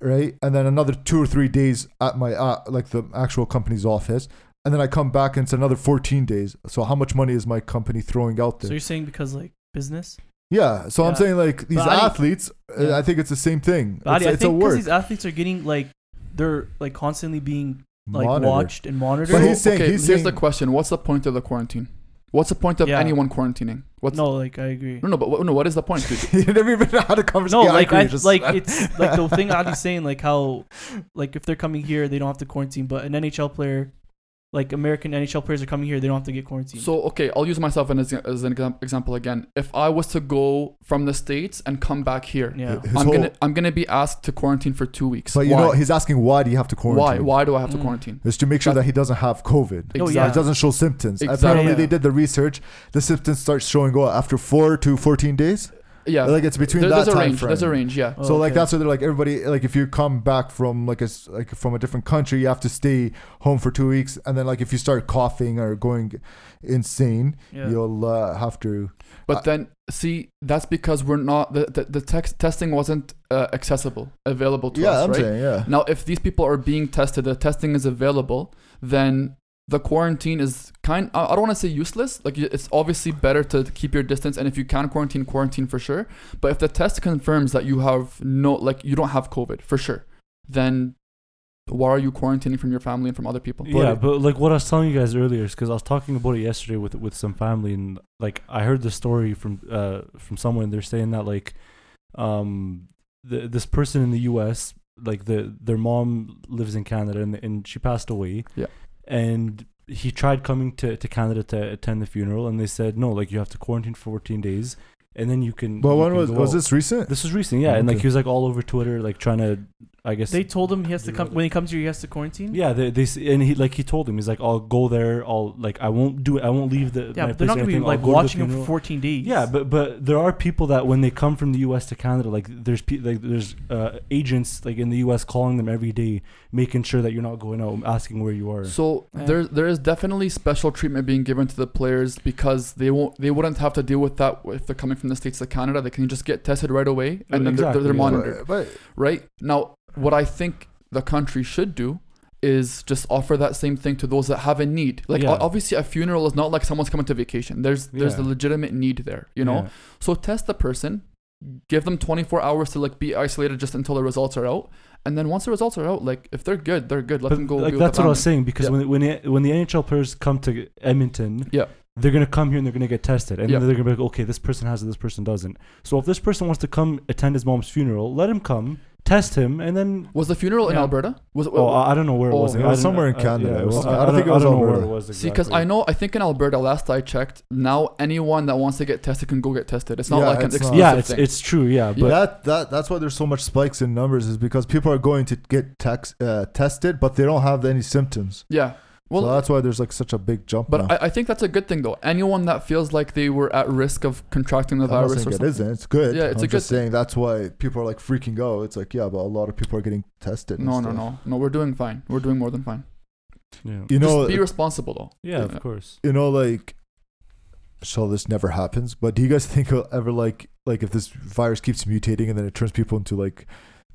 right? And then another two or three days at my, uh, like, the actual company's office. And then I come back and it's another 14 days. So how much money is my company throwing out
so
there?
you're saying because like business?
yeah. So I'm
Yeah.
saying, like, these
Ali-
athletes, uh,
Yeah.
I think it's the same thing.
But
it's
I
it's a
think because
word.
these athletes are getting like they're like constantly being like
Monitor.
watched and monitored.
But he's saying-
okay,
he's
here's the
saying-
question: What's the point of the quarantine? What's the point of
Yeah.
anyone quarantining? What's
no, like I agree.
no, no, but what, no, what is the point? dude?
(laughs) you never even had a conversation.
No,
Yeah, I
like
agree,
I,
just- (laughs)
like it's like the thing Adi's saying, like how like if they're coming here, they don't have to quarantine. But an NHL player, like American NHL players, are coming here, they don't have to get quarantined.
So okay, I'll use myself as, as an exam- example again. If I was to go from the states and come back here,
yeah,
His
I'm
whole-
gonna I'm gonna be asked to quarantine for two weeks.
But you
Why?
know, he's asking why do you have to
why?
quarantine?
Why do I have to
Mm.
quarantine?
is to make sure
That-
that he doesn't have COVID.
No,
That
yeah.
It doesn't show symptoms.
Exactly.
Apparently,
Yeah.
they did the research. The symptoms start showing up after four to fourteen days.
Yeah,
Like it's between
There-
that
there's a
time
range.
frame.
There's a range. Yeah.
Oh,
So like
okay.
that's why they're like everybody like if you come back from like a s- like from a different country you have to stay home for two weeks and then like if you start coughing or going insane
yeah.
you'll uh, have to
But
I-
then see, that's because we're not the the, the text testing wasn't uh, accessible, available to
yeah
us,
I'm
right?
saying yeah
Now, if these people are being tested, the testing is available, then the quarantine is kind. I I don't want to say useless. Like y- it's obviously better to keep your distance, and if you can quarantine, quarantine for sure. But if the test confirms that you have no, like you don't have COVID for sure, then why are you quarantining from your family and from other people?
yeah, but like what I was telling you guys earlier is because I was talking about it yesterday with with some family and like I heard the story from uh from someone and they're saying that like um the, this person in the U.S. like the their mom lives in Canada and and she passed away.
Yeah.
and he tried coming to to Canada to attend the funeral and they said no, like you have to quarantine for 14 days and then you can.
but
you
when
can
was
go
was
out."
this recent
This was recent, yeah, and like
Okay.
he was like all over Twitter, like trying to, I guess
They told him he has to
Do
come
that.
when he comes here. He has to quarantine.
yeah, they, they s- and he like he told him he's like I'll go there. I'll like I won't do it. I won't leave the.
yeah.
my
But
place
they're not
or
gonna be
anything. I'll
like
go to the
watching him for
funeral."
14 days.
Yeah, but but there are people that when they come from the U.S. to Canada, like there's pe- like there's uh, agents like in the U.S. calling them every day, making sure that you're not going out, asking where you are.
So
Yeah.
there there is definitely special treatment being given to the players because they won't they wouldn't have to deal with that if they're coming from the states to Canada. They can just get tested right away and then
Exactly,
they're, they're
yeah.
monitored,
but, but
right? Now, what I think the country should do is just offer that same thing to those that have a need. Like
Yeah.
o- obviously a funeral is not like someone's coming to vacation. There's there's
Yeah.
a legitimate need there, you know?
Yeah.
So test the person, give them 24 hours to like be isolated just until the results are out, and then once the results are out, like if they're good, they're good. Let
But,
them go.
like,
be with
that's
the
what I was
family.
saying because
Yeah.
when when the, when the NHL players come to Edmonton,
Yeah.
they're gonna come here and they're gonna get tested, and
Yeah.
then they're gonna be like, okay, this person has it, this person doesn't. So if this person wants to come attend his mom's funeral, let him come, test him, and then
Was the funeral in
Yeah.
Alberta? Was it?
Oh, I I don't know where it
Oh,
was.
it
I
was
don't-
somewhere in
uh,
Canada.
yeah,
It was-
I,
I
I
don't
don't
think it was
I don't know where
Alberta.
it was.
See, because I
uh, exactly.
know, I think in Alberta, last I checked, now anyone that wants to get tested can go get tested. It's not
Yeah,
like an
it's not-
exclusive
Yeah, it's
thing.
it's true. Yeah, but
that that that's why there's so much spikes in numbers is because people are going to get tax, uh, tested, but they don't have any symptoms.
yeah. Well,
so that's why there's like such a big jump.
but
now.
I, I think that's a good thing though. Anyone that feels like they were at risk of contracting the
I'm not
virus
saying
or
it
something.
isn't. It's good.
Yeah, it's
I'm
a good
just saying that's why people are like freaking out. It's like yeah, but a lot of people are getting tested. and
No, no,
stuff.
no, no. We're doing fine. We're doing more than fine.
yeah,
You know,
Just be responsible though.
yeah, of course.
you know, like, so this never happens. But do you guys think it'll ever like like if this virus keeps mutating and then it turns people into like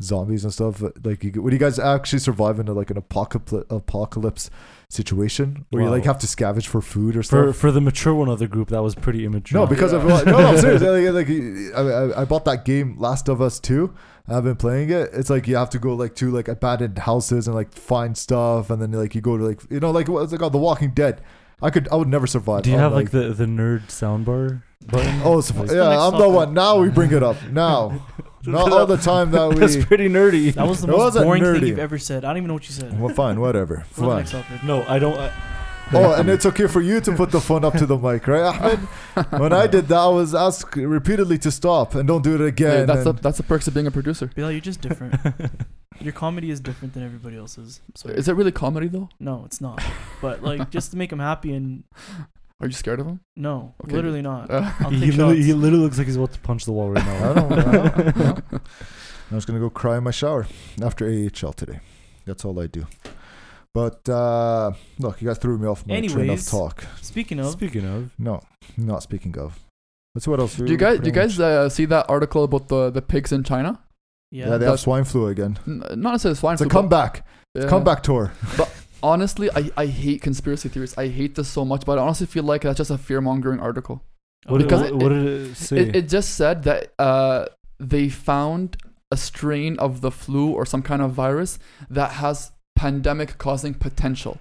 zombies and stuff. Like, you, would you guys actually survive in a, like an apocalypse apocalypse situation where you
Wow.
like have to scavenge for food or
For
stuff?
for the mature one of the group, that was pretty immature.
no, because of,
Yeah.
no, no, I'm
(laughs)
serious. Like, like, I- I, I bought that game Last of Us Two. I've been playing it. It's like you have to go like to like abandoned houses and like find stuff, and then like you go to like you know like what's it called The Walking Dead. I could I would never survive.
do you
I'm
have like, the the nerd soundbar button?
Oh, so,
Like-
yeah,
next
I'm the
topic.
one. Now (laughs) we bring it up.
(laughs)
Now, not all the time that
That's
we.
pretty nerdy.
That was the
That
most
wasn't
boring
nerdy.
thing you've ever said. I don't even know what you said.
Well, fine, whatever.
Go to the
Fine.
next
(laughs)
topic.
no, I don't. I,
Oh, and it's okay for you to put the phone up to the mic, right, Ahmed? When I did that, I was asked repeatedly to stop and don't do it again.
Hey, that's the
and-
that's the perks of being a producer.
Bilal, you're just different.
(laughs)
Your comedy is different than everybody else's. I'm sorry.
Is it really comedy though?
No, it's not. But like, just to make him happy and
Are you scared of him?
no,
Okay.
literally not.
Uh,
(laughs)
I'll
he,
take
literally, he
shots.
literally looks like he's about to punch the wall right
I
now.
don't
(laughs)
know. I'm just gonna go cry in my shower after AHL today. That's all I do. But uh, look, you guys threw me off my train of
Anyways.
talk.
Speaking of,
Speaking of,
No, not speaking of. That's what else.
do you guys do you guys uh, see that article about the the pigs in China?
yeah,
Yeah, they have
that's-
swine flu again.
N- not necessarily swine
It's a
flu, but-
comeback.
yeah.
Comeback tour.
Honestly, I, I hate conspiracy theories. I hate this so much, but I honestly feel like that's just a fear mongering article.
what, did,
Because
what,
it-
what did it say?
It, it just said that uh, they found a strain of the flu or some kind of virus that has pandemic causing potential.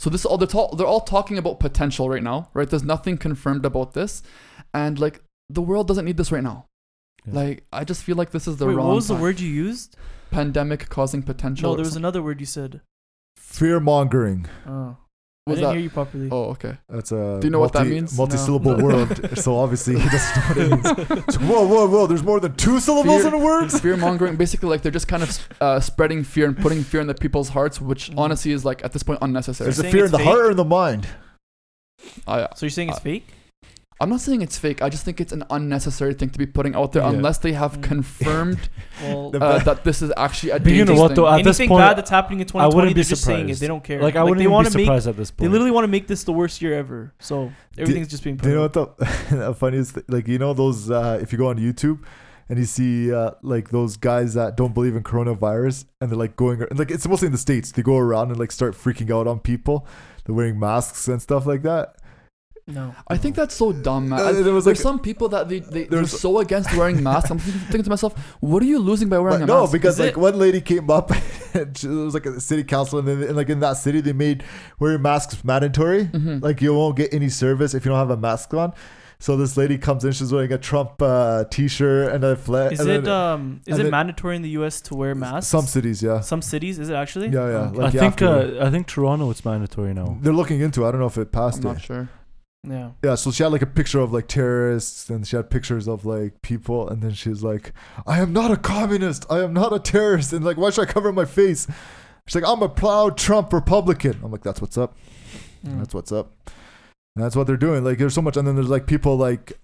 So this all they're, ta- they're all talking about potential right now, right? There's nothing confirmed about this, and like the world doesn't need this right now.
Yeah.
Like I just feel like this is the
Wait,
wrong.
what was the
time.
word you used?
Pandemic causing potential.
No,
or
there was
some-
another word you said.
Fear mongering.
Oh, I
Was
didn't
that-
hear you properly.
Oh, okay. (laughs)
That's a
Do you know what that means?
Multi syllable
No. (laughs)
word. So obviously he doesn't know what it means. It's like, whoa, whoa, whoa! There's more than two syllables in
Fear-
a word.
fear mongering basically like they're just kind of uh, spreading fear and putting fear in the people's hearts which
Mhm.
honestly is like at this point unnecessary
Is it
saying
fear in
it's
the heart
fake?
or in the mind?
I,
So you're saying it's
Uh,
fake?
i'm not saying it's fake i just think it's an unnecessary thing to be putting out there
Yeah.
unless they have
Mm.
confirmed
Well,
(laughs) The-
uh, that this is actually a
But you know
dangerous
what, though,
thing.
at this
anything
point,
bad that's happening in
I
2020,
wouldn't be
they're just saying it.
surprised.
They don't care.
like I wouldn't
they
even
wanna
be surprised at this
Make, they
point.
literally want to make this the worst year ever. So everything's just being.
Do you know
perfect.
what the, (laughs) the funniest? Thing? Like you know those uh, if you go on YouTube and you see uh, like those guys that don't believe in coronavirus and they're like going and, like it's mostly in the states. They go around and like start freaking out on people. They're wearing masks and stuff like that.
No.
I think that's so dumb, man.
Uh,
I-
it was
There's
like-
some people that they, they, they're
there's-
so against wearing masks. I'm thinking to myself, what are you losing by wearing
But
a
no,
mask?
because
Is
like
it-
one lady came up, (laughs) and she, it was like a city council, and, then, and like in that city they made wearing masks mandatory.
Mhm.
Like you won't get any service if you don't have a mask on. So this lady comes in, she's wearing a Trump uh, T-shirt and a flag.
Is
and
it
then-
um is
and
it
then-
mandatory in the U.S. to wear masks?
Some cities, yeah,
Some cities is it actually?
yeah, yeah.
Okay.
Like
I
you have
think
to wear-
uh, I think Toronto it's mandatory now.
They're looking into. it. I don't know if it
I'm
passed
not
it.
sure.
Yeah.
Yeah, so she had like a picture of like terrorists, and she had pictures of like people, and then she's like, "I am not a communist. I am not a terrorist." And like, why should I cover my face? She's like, "I'm a proud Trump Republican." I'm like, "That's what's up.
Mm.
Hmm.
That's what's up." And that's what they're doing. Like, there's so much, and then there's like people like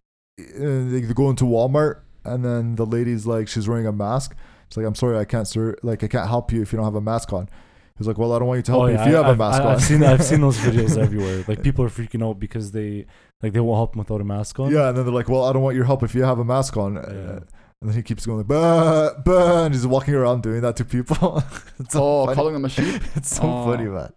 uh, they go into Walmart, and then the lady's like, she's wearing a mask. It's like, "I'm sorry, I can't, sir. Like, I can't help you if you don't have a mask on." He's like, "Well, I don't want you to help me if you have
a
a mask
Oh, I,
on."
I've seen I've seen
(laughs)
those videos everywhere. Like people are freaking out because they like they won't help them without a mask on.
Yeah, and then they're like, "Well, I don't want your help if you have a mask on."
Yeah.
And then he keeps going, "Bah, bah," and he's walking around doing that to people. (laughs) it's so
oh,
funny.
calling them a sheep?
it's so
oh.
Aw.
funny, man.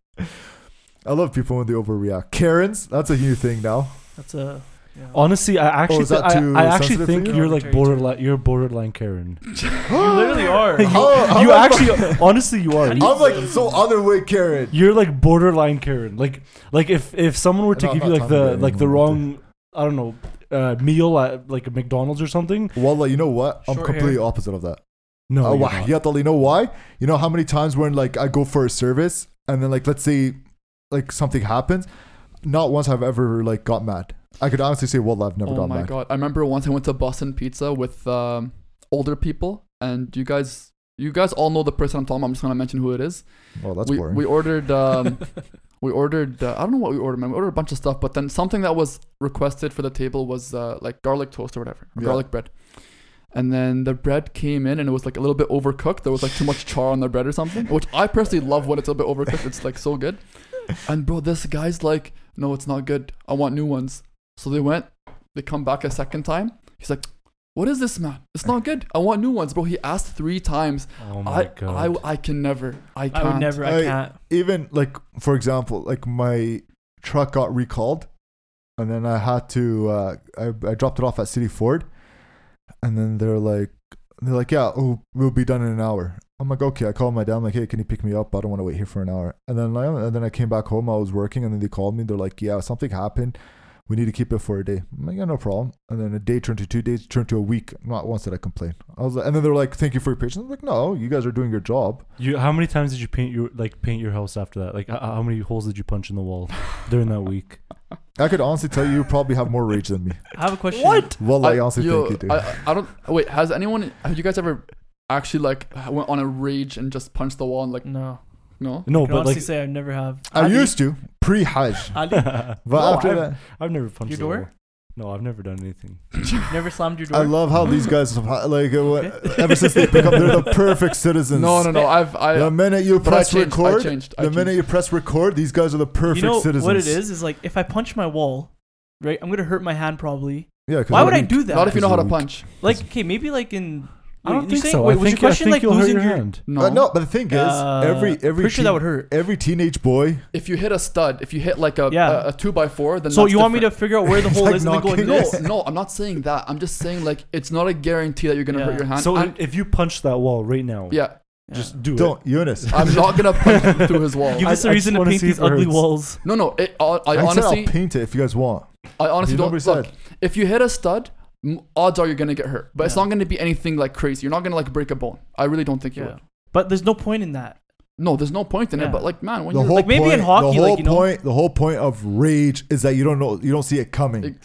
I love people when they overreact. Karens, that's a new thing now.
That's a. Yeah.
Honestly, I actually
Oh, is that
thi- I-
too
I, actually
sensitive for
think
you?
you? are like
Arbitrary term.
borderline you're borderline Karen.
(laughs)
you literally are.
you
How-
you
how am
actually (laughs) honestly you are.
How do
I'm like so other way Karen.
You're like borderline Karen. Like like if if someone were to
No, I'm
give you
not
like
talking
the
about
like the
anyone.
wrong I don't know uh, meal at like a McDonald's or something.
Wallah, you know what? I'm
Short
completely
hair.
opposite of that.
No,
Oh,
you're
wah,
not.
yeah, you know why? You know how many times when like I go for a service and then like let's say like something happens, not once have I ever like got mad. I could honestly say, Wallah, I've never
oh
got
my
mad.
god! I remember once I went to Boston Pizza with um, older people, and you guys, you guys all know the person I'm talking. about. I'm just gonna mention who it is.
Oh, that's
we,
boring.
we ordered, um, we ordered. Uh, I don't know what we ordered. Man. We ordered a bunch of stuff, but then something that was requested for the table was uh, like garlic toast or whatever, or
Yeah.
garlic bread. And then the bread came in, and it was like a little bit overcooked. There was like too much char on the bread or something, which I personally love when it's a bit overcooked. It's like so good. And bro, this guy's like, no, it's not good. I want new ones. So they went, they come back a second time. He's like, What is this, man? It's not good. I want new ones, bro. He asked three times.
Oh my
I,
god.
I, I can never. I
I
can't.
would never. I
I-
can't.
even like for example like my truck got recalled and then i had to uh i, I dropped it off at city ford and then they're like they're like yeah oh, we'll be done in an hour i'm like okay i called my dad i'm like hey can you pick me up i don't want to wait here for an hour and then I, and then i came back home i was working and then they called me they're like yeah something happened we need to keep it for a day. I'm like, yeah, no problem. And then a day turned to two days, turned to a week. Not once did I complain. I was like, and then they're like, thank you for your patience. I'm like, no, you guys are doing your job.
you how many times did you paint your like paint your house after that? Like h- how many holes did you punch in the wall during that (laughs) week?
I could honestly tell you, you probably have more rage
(laughs)
than me.
I have a question.
Well, I, honestly
yo,
think you do.
I, I don't. Wait, has anyone? Have you guys ever actually like went on a rage and just punched the wall and like
No.
no?
No,
I can
but (laughs)
honestly
like
say I never have.
I used to pre Hajj,
Ali,
but
No,
after
I've-
that,
I've never punched
Your
the
door?
wall. No, I've never done anything.
never slammed your door.
I love how these guys have- like uh,
(laughs)
what- ever since they become they're the perfect citizens.
No, no, no. I've I.
The minute you
but I
press
changed. I
record,
changed. I
the minute
changed.
you press record, these guys are the perfect
you know
citizens.
what it is? Is like if I punch my wall, right? I'm gonna hurt my hand probably.
Yeah. 'cause
Why
you're
would I
weak.
do that?
Not if you know how to
Weak.
punch.
like okay, maybe like in.
I don't
you're
think
saying-
so.
Wait,
I
was
think,
your question
I
like
think you'll hurt
losing
your
your?
hand.
No,
Uh, no, but the thing is,
Uh,
every every
pretty sure that
teen-
would hurt.
every teenage boy.
If you hit a stud, if you hit like a
Yeah.
a, a two by four, then
So
that's
you want me to
different.
figure out where the
It's
hole
like
is and then go?
knocking (laughs)
No,
this.
No, I'm not saying that. I'm just saying like it's not a guarantee that you're gonna hurt
Yeah.
your hand.
So
I'm-
if you punch that wall right now,
yeah,
just do
Don't Eunice.
it.
I'm not gonna punch through his
(laughs)
wall.
Give
I-
us a
I
reason
just
to
wanna
paint
see
these
if it
ugly
hurts.
walls.
No, no. It, I, I
I said I'll
honestly,
paint it if you guys want.
I honestly
You
don't.
never
Look,
said.
if you hit a stud, m- odds are you're gonna get hurt, but it's
Yeah.
not gonna be anything like crazy. You're not gonna like break a bone. I really don't think you
Yeah.
would.
But there's no point in that.
No, there's no point in
Yeah.
it. But like, man, when
The
you're
whole
like, maybe in
point,
hockey,
the
like,
whole
you know-
point, the whole point of rage is that you don't know, you don't see it coming.
like,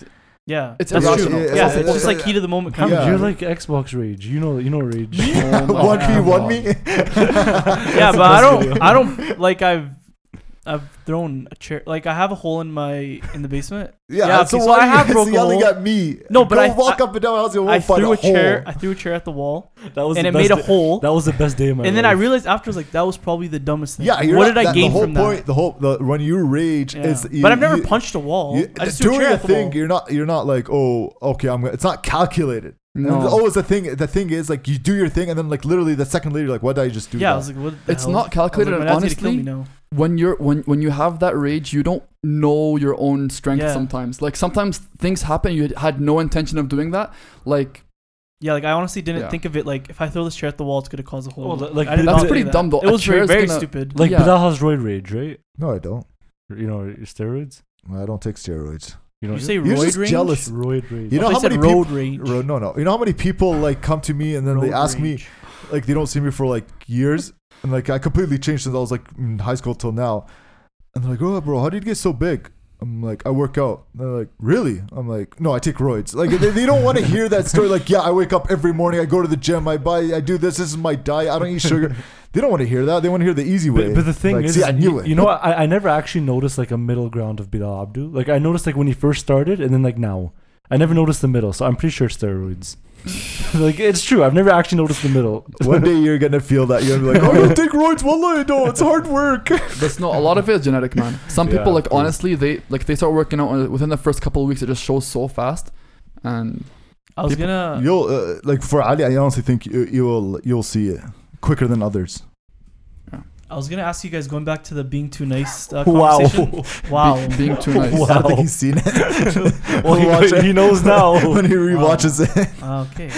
Yeah,
It's
that's
irrational.
True.
Yeah,
Yeah,
it's-
it's
it's-
just like heat of the moment.
Come,
Kind yeah.
Yeah.
You're like Xbox rage. You know, you know (laughs) rage.
oh my
(laughs) One v
God.
one me. (laughs)
yeah, but I don't. I don't like I've. I've thrown a chair. Like I have a hole in my in the basement.
Yeah, (laughs)
Yeah,
so
okay, so
why
I
you
have
guys
broken a
yelling
hole.
at me?
No, but
Go
I-
walk
I-
up and down the house and
I
won't find
threw a, chair.
hole.
I threw a chair at the wall,
That was
and
the
it made a
best day-
hole.
That was the best day of my
And
life.
then I realized afterwards, like that was probably the dumbest thing.
Yeah, you're
what
not-
did I
that,
gain
the whole
from
point, The whole the, when you rage
that?
is.
Yeah.
You,
but I've never
you-
punched a wall.
You,
I just threw a
doing
chair
a
at the
thing,
wall.
you're not you're not like oh okay I'm gonna, it's not calculated. And
No.
it's always the thing the thing is like you do your thing and then like literally the second later you're like what did I just do?
Yeah, I
that?
was like, what? The
It's
hell?
not calculated,
I was
and
like, my dad's gonna
honestly,
kill me now.
when you're when when you have that rage, you don't know your own strength.
Yeah.
Sometimes, like sometimes things happen you had no intention of doing that. Like
Yeah, like I honestly didn't
Yeah.
think of it. Like if I throw this chair at the wall, it's gonna cause a hole.
Well, like,
I
that's
did not think
pretty
of that.
dumb, though.
It
A
was
chair
very,
is
very
gonna-
stupid.
like
Yeah.
Badaha's roid rage, right?
no I don't
You know, your steroids.
I don't take steroids.
You know,
you say
You're
roid
just
range?
jealous.
roid rage.
You know
I thought
how
said
many
road
people
rage.
Ro- no no you know how many people like come to me and then they
Road
ask me
rage.
like they don't see me for like years and like i completely changed since i was like in high school till now and they're like oh bro how did you get so big i'm like i work out And they're like really i'm like no i take roids like they, they don't want to hear that story like yeah i wake up every morning i go to the gym i buy i do this this is my diet i don't eat
(laughs)
sugar they don't want to hear that they want to hear the easy way
But, but the thing
Like,
is,
see, i knew
you,
it
you know, I, I never actually noticed like a middle ground of Bilal Abdul. Like I noticed like when he first started, and then like now, I never noticed the middle. So I'm pretty sure it's steroids. (laughs) like it's true. I've never actually noticed the middle.
(laughs) one day you're ggonna feel that you're gonna be like
(laughs)
oh you take roids well i know it's hard work
That's not a lot of it is genetic, man. Some people
Yeah,
like
true.
honestly they like they start working out and within the first couple of weeks. It just shows so fast, and
I was
people-
gonna.
you'll uh, like for ali i honestly think you, you'll you'll see it quicker than others
I was gonna ask you guys going back to the being too nice uh,
Wow.
conversation. Wow.
be- being too (laughs) nice.
I don't think
Wow.
he's seen
(laughs)
it.
Well, he-
Watch it.
he knows now.
(laughs) when he rewatches it. (laughs)
Uh, okay.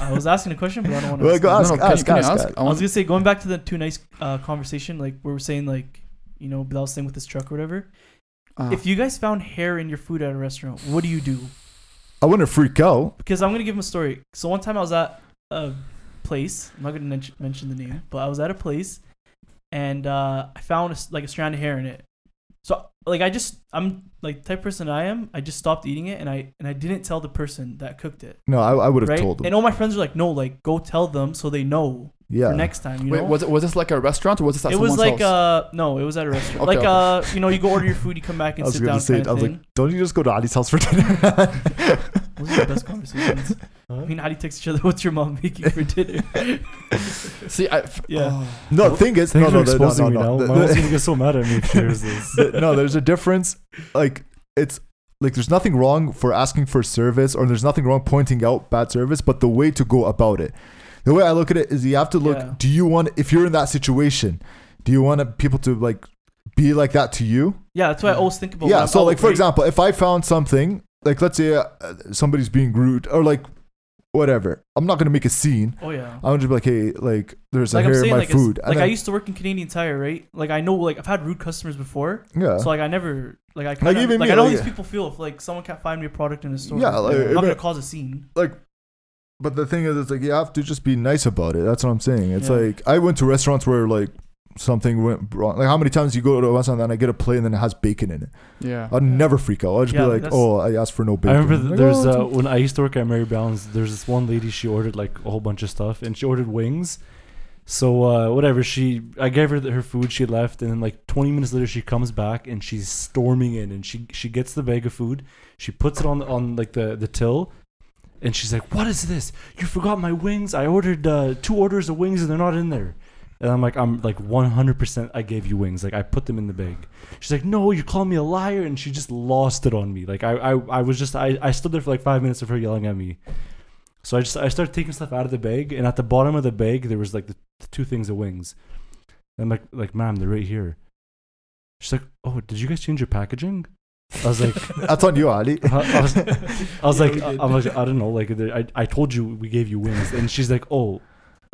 I was asking a question, but I don't want to.
Well, go
No,
ask,
no, can you-
ask,
can you
ask,
ask?
ask.
I
I was
want-
gonna say going back to the too nice uh, conversation, like where we're saying like, you know, Bilal's thing with his truck or whatever.
uh,
Uh-huh.
If you guys found hair in your food at a restaurant, what do you do?
I wouldn't freak out.
Because I'm gonna give him a story. So one time I was at a place. I'm not gonna men- mention the name, but I was at a place, and uh, I found a s like a strand of hair in it. So like I just I'm like the type of person I am. I just stopped eating it, and I and I didn't tell the person that cooked it.
No, I, I would have
Right.
told him.
And all my friends were like, no, like go tell them so they know
yeah.
for next time. You
wait,
know?
was it was this like a restaurant or was this at
it was
someone's
like
house?
uh no, it was at a restaurant.
Okay,
like
okay.
uh, you know, you go order your food, you come
(laughs)
back
I
and
was
sit
gonna
down.
say it.
kind
I
of
was
thing.
like, don't you just go to Ali's house for
(laughs)
dinner?
Those are the
(laughs)
best conversations. I mean, how do you text each other? (laughs) What's your mom making for dinner?
See, I f-
uh, Yeah.
oh.
no, thing is, no, no, no,
Thanks for
no,
exposing
no,
me now.
no. (laughs)
My mom's gonna get so mad at me if she hears this.
The- no, there's a difference. Like it's like there's nothing wrong for asking for service or there's nothing wrong pointing out bad service, but the way to go about it. The way I look at it is you have to look,
Yeah.
do you want if you're in that situation, do you want people to like be like that to you?
Yeah, that's why I always think about. when
yeah
I'm
so
out
like
with
for
Drake.
example if i found something like let's say uh, somebody's being rude or like whatever i'm not gonna make a scene
Oh yeah.
i'm gonna be like hey like there's
Like
a
I'm
hair in
saying,
my
like,
food
it's, like I used to work in Canadian Tire, right? Like I know, like I've had rude customers before,
yeah
so like I never, like I kind of,
even
like,
me,
I know
Uh-huh. like-
these people feel if like someone can't find me a product in a store.
Yeah, like,
I'm not gonna
but-
cause a
(laughs)
scene. (laughs)
but the thing is it's like you have to just be nice about it that's what i'm saying it's
Yeah.
like i went to restaurants where like something went wrong like how many times you go to a restaurant and i get a plate and then it has bacon in it
Yeah.
i'd never freak out i'd just
Yeah,
be like
that's-
oh i asked for no bacon
I remember
Like,
th- there's
"Oh,
uh,
it's
when I used to work at Mary Brown's. There's this one lady. She ordered like a whole bunch of stuff, and she ordered wings. So uh, whatever she, I gave her the, her food. She left, and then like 20 minutes later, she comes back and she's storming in, and she she gets the bag of food. She puts it on on like the the till, and she's like, "What is this? You forgot my wings. I ordered uh, two orders of wings, and they're not in there." And I'm like, I'm like 100%. I gave you wings. Like I put them in the bag. She's like, no, you call me a liar, and she just lost it on me. Like I, I, I was just, I, I stood there for like five minutes of her yelling at me. So I just, I started taking stuff out of the bag, and at the bottom of the bag there was like the, the two things of wings. And I'm like, like, ma'am, they're right here. She's like, oh, did you guys change your packaging? I was like,
(laughs) that's on you ali
I (laughs) I was, I was
Yeah,
like,
we
I-
did.
I'm like, I don't know, like, there- I, I told you we gave you wings, and she's like, oh,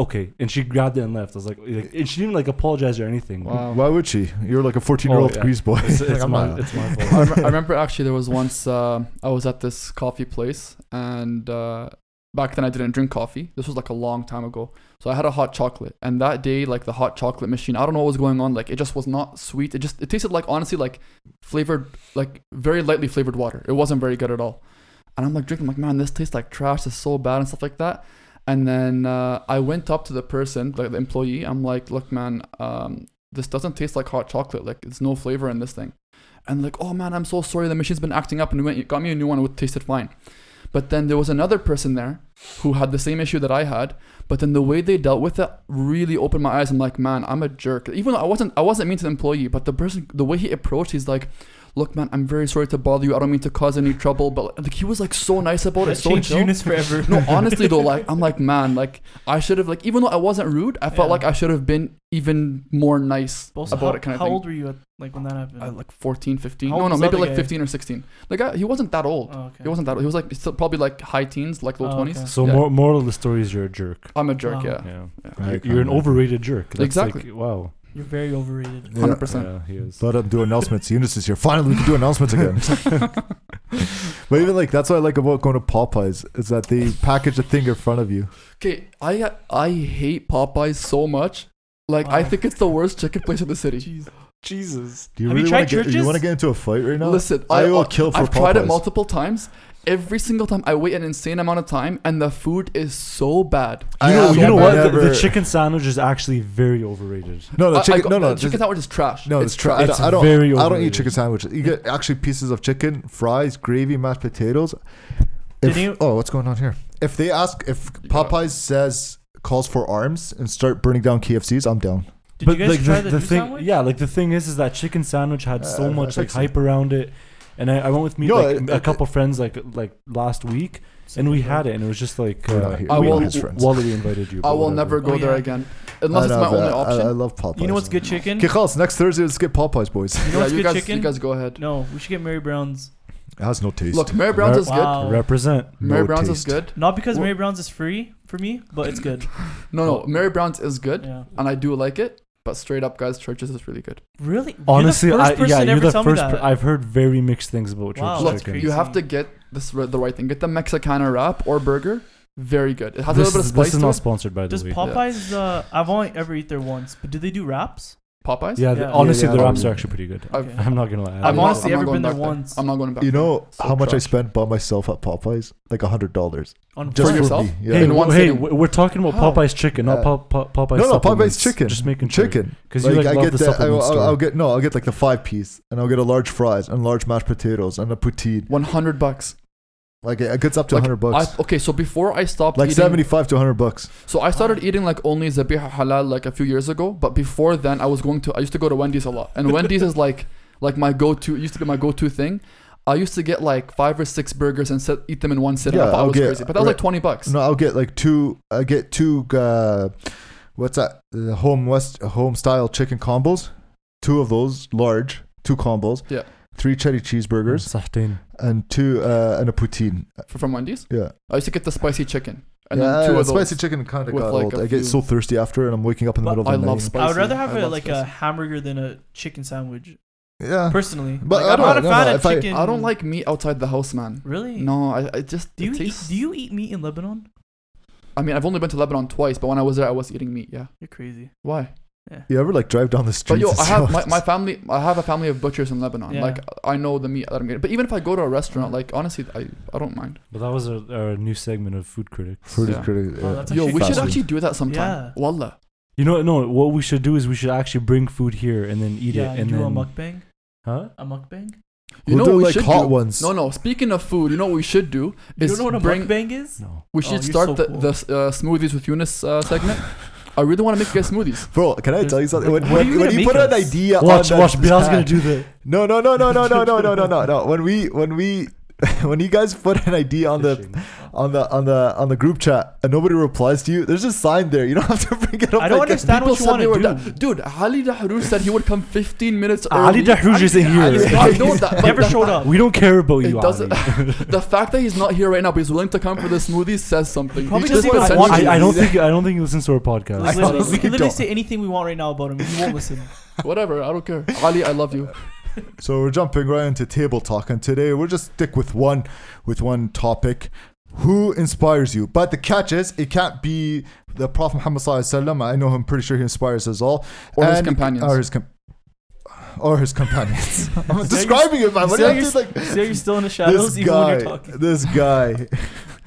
okay, and she grabbed it and left. I was like, like and she didn't like apologize or anything.
Wow.
why would she you're like a 14 year old
Oh, yeah.
grease boy (laughs)
It's,
Like,
it's,
I'm
my,
not-
it's my
I,
fault.
rem- I remember actually there was once uh, I was at this coffee place and uh, back then I didn't drink coffee. This was like a long time ago. So I had a hot chocolate and that day like the hot chocolate machine, I don't know what was going on. Like it just was not sweet. It just it tasted like honestly like flavored like very lightly flavored water. It wasn't very good at all. And I'm like drinking like man this tastes like trash. It's so bad and stuff like that. And then uh, I went up to the person, like the employee. I'm like, look, man, um, this doesn't taste like hot chocolate. Like, it's no flavor in this thing and like, oh man, I'm so sorry, the machine's been acting up, and went, got me a new one, it tasted fine. But then there was another person there who had the same issue that I had, but then the way they dealt with it really opened my eyes. I'm like, man, I'm a jerk. Even though I wasn't, I wasn't mean to the employee, but the person, the way he approached, he's like, look, man, I'm very sorry to bother you. I don't mean to cause any trouble, but like, he was like so
(laughs)
nice about it, so
Change
chill.
units forever.
No, honestly though,
(laughs)
like I'm like, man, like I should have like even though I wasn't rude, I felt
Yeah.
like I should have been even more nice
But also,
about
how,
it kind of
how
thing.
old were you at like when that happened?
Uh, like 14, 15.
How
No,
old
no,
was
maybe
the
like
guy?
15 or 16. Like, I, he wasn't that old.
oh, okay.
He wasn't that old. He was like still probably like high teens, like low
Oh,
20s.
okay.
So
Yeah.
mor- moral of the story is you're a jerk.
I'm a jerk,
Wow.
yeah.
Yeah,
I
you're,
can't
you're an
imagine.
overrated jerk. That's
Exactly.
Like, wow.
You're very overrated.
Yeah.
100%.
Yeah, he is.
Let them do announcements. Eunice is here. Finally, we can do announcements again.
(laughs)
but even like that's what I like about going to Popeyes is that they package a thing in front of you.
Okay, I I hate Popeyes so much. Like, I
Why?
think it's the worst chicken place in the
(laughs)
city.
Jesus.
Do you
Have you
really
tried
want to get? You
churches?
want to get into a fight right now?
Listen,
I,
I- uh,
will kill for
I've
Popeyes.
tried it multiple times. Every single time, I wait an insane amount of time, and the food is so bad.
I
You know,
have
you know what? The, the
never-
chicken sandwich is actually very overrated.
No,
I-
no,
I
chicken.
go-
no, no,
the chicken
just-
sandwich is trash.
no, it's trash.
it's
I don't.
very
I don't eat
overrated.
chicken sandwiches. You get actually pieces of chicken, fries, gravy, mashed potatoes. If,
Did you-
oh, what's going on here? If they ask, if Popeyes says calls for arms and start burning down KFCs, I'm down.
Did you guys try the, new
thing,
sandwich?
yeah, like the thing is, is that chicken sandwich had so
Uh, I
much
think
like
so.
hype around it, and I, I went with me
No,
like,
it-
a
it-
couple friends like like last week, and we had it, and it was just like
We're
uh,
not here.
I
we,
will-
his friends. Wally invited you.
I
but
will
whatever.
never go
Oh,
there
yeah.
again. Unless it's
I
my
love,
only
uh, I,
option.
I love Popeyes.
You know what's good chicken?
Okay, Khals, next Thursday, let's get Popeyes, boys.
You
yeah,
know what's
you
good
guys,
chicken?
you guys go ahead.
No, we should get Mary Brown's.
It has no taste.
Look, Mary Brown's
Mar-
is good.
Wow.
represent.
Mary
No
Brown's is
taste.
good.
Not because
Wha-
Mary Brown's is free for me, but
(laughs)
it's good.
No, no, Mary Brown's is good,
yeah.
and I do like it. But straight up, guys, churches is really good.
Really?
Honestly,
you're the first
I,
person
yeah,
to
you're
ever
the
tell
first.
me
Per-
that.
I've heard very mixed things about
Wow,
church
Oh, that's
Look,
chicken.
crazy.
you have to get this r- the right thing. Get the Mexicana wrap or burger. Very good. It has
this,
a little
is-
bit
this
of
is not
spice to
sponsored by the
Does
way.
Popeyes? Uh, I've only ever eaten there once, but do they do wraps?
it. Popeyes.
yeah, the-
Yeah. um,
honestly,
Yeah,
the
yeah.
wraps are actually pretty good.
I've-
(laughs)
Okay.
I'm not gonna lie.
I've
not-
honestly
I'm
ever
not going
been there
back
once.
I'm not going back.
You know
So
how much I
trash.
spent by myself at Popeyes? Like a hundred dollars.
On
Just
for
Friday.
yourself.
me, yeah.
Hey,
In one
w- hey,
sitting.
w- we're talking about
How?
Popeyes chicken, not
Uh,
Pop, Pop, Popeyes.
no, no,
supplements.
Popeyes chicken.
Just making sure.
Chicken.
'Cause you like,
I
love
get
the
that. I,
supplement
will
store.
I'll get no. I'll get like the five piece, and I'll get a large fries and large mashed potatoes and a poutine.
One hundred bucks.
Like it gets up to
Like,
hundred bucks.
I, okay, so before I stopped
like
eating,
seventy-five to hundred bucks.
so I started eating like only zabiha halal like a few years ago. But before
(laughs)
then, I was going to I used to go to Wendy's a lot, and Wendy's is like like my go to. It used to be my go to thing. I used to get like five or six burgers and sit, eat them in one sitting.
Yeah,
I thought I
I'll
was
get-
crazy, but that was
right-
like twenty bucks.
No, I'll get like two. I get two. Uh, what's that? The home west home style chicken combos. Two of those large. Two combos.
Yeah.
Three cheddar cheeseburgers
Sahtain.
and two uh, and a poutine.
For, from Wendy's,
Yeah.
I used to get the spicy chicken and
yeah,
then two of those.
spicy chicken kind of
with,
got
like,
old.
a
I get
few-
so thirsty after, and I'm waking up in the
But
middle
I
of the night.
love
I would
spicy.
rather have
I
a,
love
like a hamburger than a chicken
(laughs)
sandwich.
yeah.
Personally,
uh,
But I
like, I'm
don't-
not a
no,
fan
no,
of
if I-
spicy.
chicken.
I don't like meat outside the house, man.
Really?
No, I, I just
Do
it
you eat,
tastes-
do you eat meat in Lebanon?
I mean, I've only been to Lebanon twice, but when I was there, I was eating meat. Yeah.
You're crazy.
Why?
You ever like drive down the
But
street?
yo, I have my,
(laughs)
my family. I have a family of butchers in Lebanon.
Yeah.
Like I know the meat that I'm getting. But even if I go to a restaurant, like honestly, I, I don't mind.
But that was our, our new segment of food critics.
Fruity
Yeah.
critic.
Oh,
yeah.
that's
Yo,
actually
we should
fast
actually
food.
do that
Yeah.
sometime. Wallah.
You know, no. What we should do is we should actually bring food here and then eat
yeah,
it
you
and
do
then.
a mukbang.
Huh?
A mukbang.
We'll
You know
do,
what we
like,
should
hot
do?
ones.
No, no. Speaking of food, you know what we should do
You
is
don't know what a
bring.
mukbang is?
No.
We
Oh,
should
you're
start
so
the,
cool.
the uh, smoothies with Eunice uh, segment. I really want to make you guys smoothies.
Bro, can I tell you something? When,
What are
when,
you
when
gonna
you
make
put an
us?
idea
Watch,
on
watch.
that
Bilal's gonna
tab-
do the.
No, no, no, no, no, no, no, no, no, no, no. (laughs) When we, when we, (laughs) when you guys put an idea on the,
Fishing.
on the, on the, on the group chat, and nobody replies to you, there's a sign there. You don't have to (laughs) bring it up.
I don't
like
understand what you
said
want
they were
to
da-
do.
Dude, Ali Dahrouj said he would come 15 minutes early.
Ali Dahrouj is in
He's
here.
not- I know
(laughs)
that, but
Never
the
showed
fact-
up.
We don't care about
It
you, Ali.
(laughs) doesn't- The fact that he's not here right now, but he's willing to come for the smoothies, says something. He
Probably
just
doesn't even
potentially-
watch it.
I, I don't think I don't think he listens to our podcast.
Like,
I
literally, we
honestly
can literally
don't.
say anything we want right now about him. He won't listen.
Whatever, I don't care. Ali, I love you.
So we're jumping right into table talk, and today we'll just stick with one, with one topic. Who inspires you? But the catch is, it can't be the Prophet Muhammad Sallallahu Alaihi Wasallam. I know I'm pretty sure he inspires us all,
Or his
And-
companions.
or his, com- or his
(laughs)
companions. (laughs) I'm describing it, man. What do you have to like?
So you're still in the shadows
This
(laughs) even when you're
guy,
talking.
this
(laughs)
guy.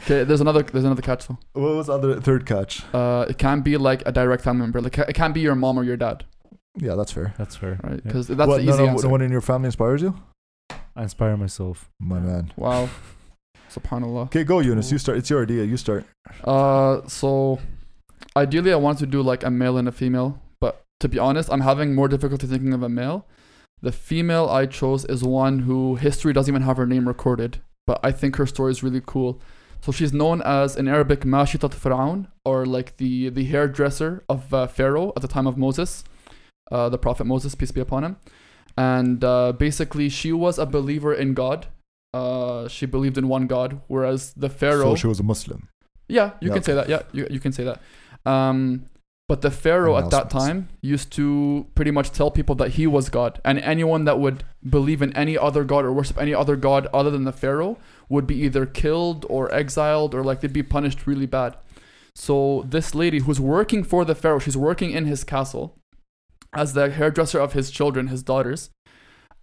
Okay, there's another there's another catch though.
What was the other third catch?
Uh, it can't be like a direct family member. Like it can't be your mom or your dad,
Yeah, that's fair.
That's fair.
right?
Yeah.
Because that's
What,
the easy
no, no,
answer.
No one in your family inspires you?
I inspire myself.
My man.
Wow. Subhanallah.
Okay, go, Eunice. You start. It's your idea. You start.
Uh, so ideally, I wanted to do like a male and a female, but to be honest, I'm having more difficulty thinking of a male. The female I chose is one who history doesn't even have her name recorded, but I think her story is really cool. So she's known as in Arabic Mashitat Firaun, or like the the hairdresser of uh, Pharaoh at the time of Moses, uh, the prophet Moses, peace be upon him. And uh, basically, she was a believer in God. Uh, she believed in one God, whereas the Pharaoh.
So she was a Muslim.
Yeah, you
Yeah,
can say that. Yeah, you, you can say that. Um, but the pharaoh at that
Announcements.
time used to pretty much tell people that he was God, and anyone that would believe in any other god or worship any other god other than the pharaoh would be either killed or exiled or like they'd be punished really bad. So this lady who's working for the pharaoh, she's working in his castle as the hairdresser of his children, his daughters.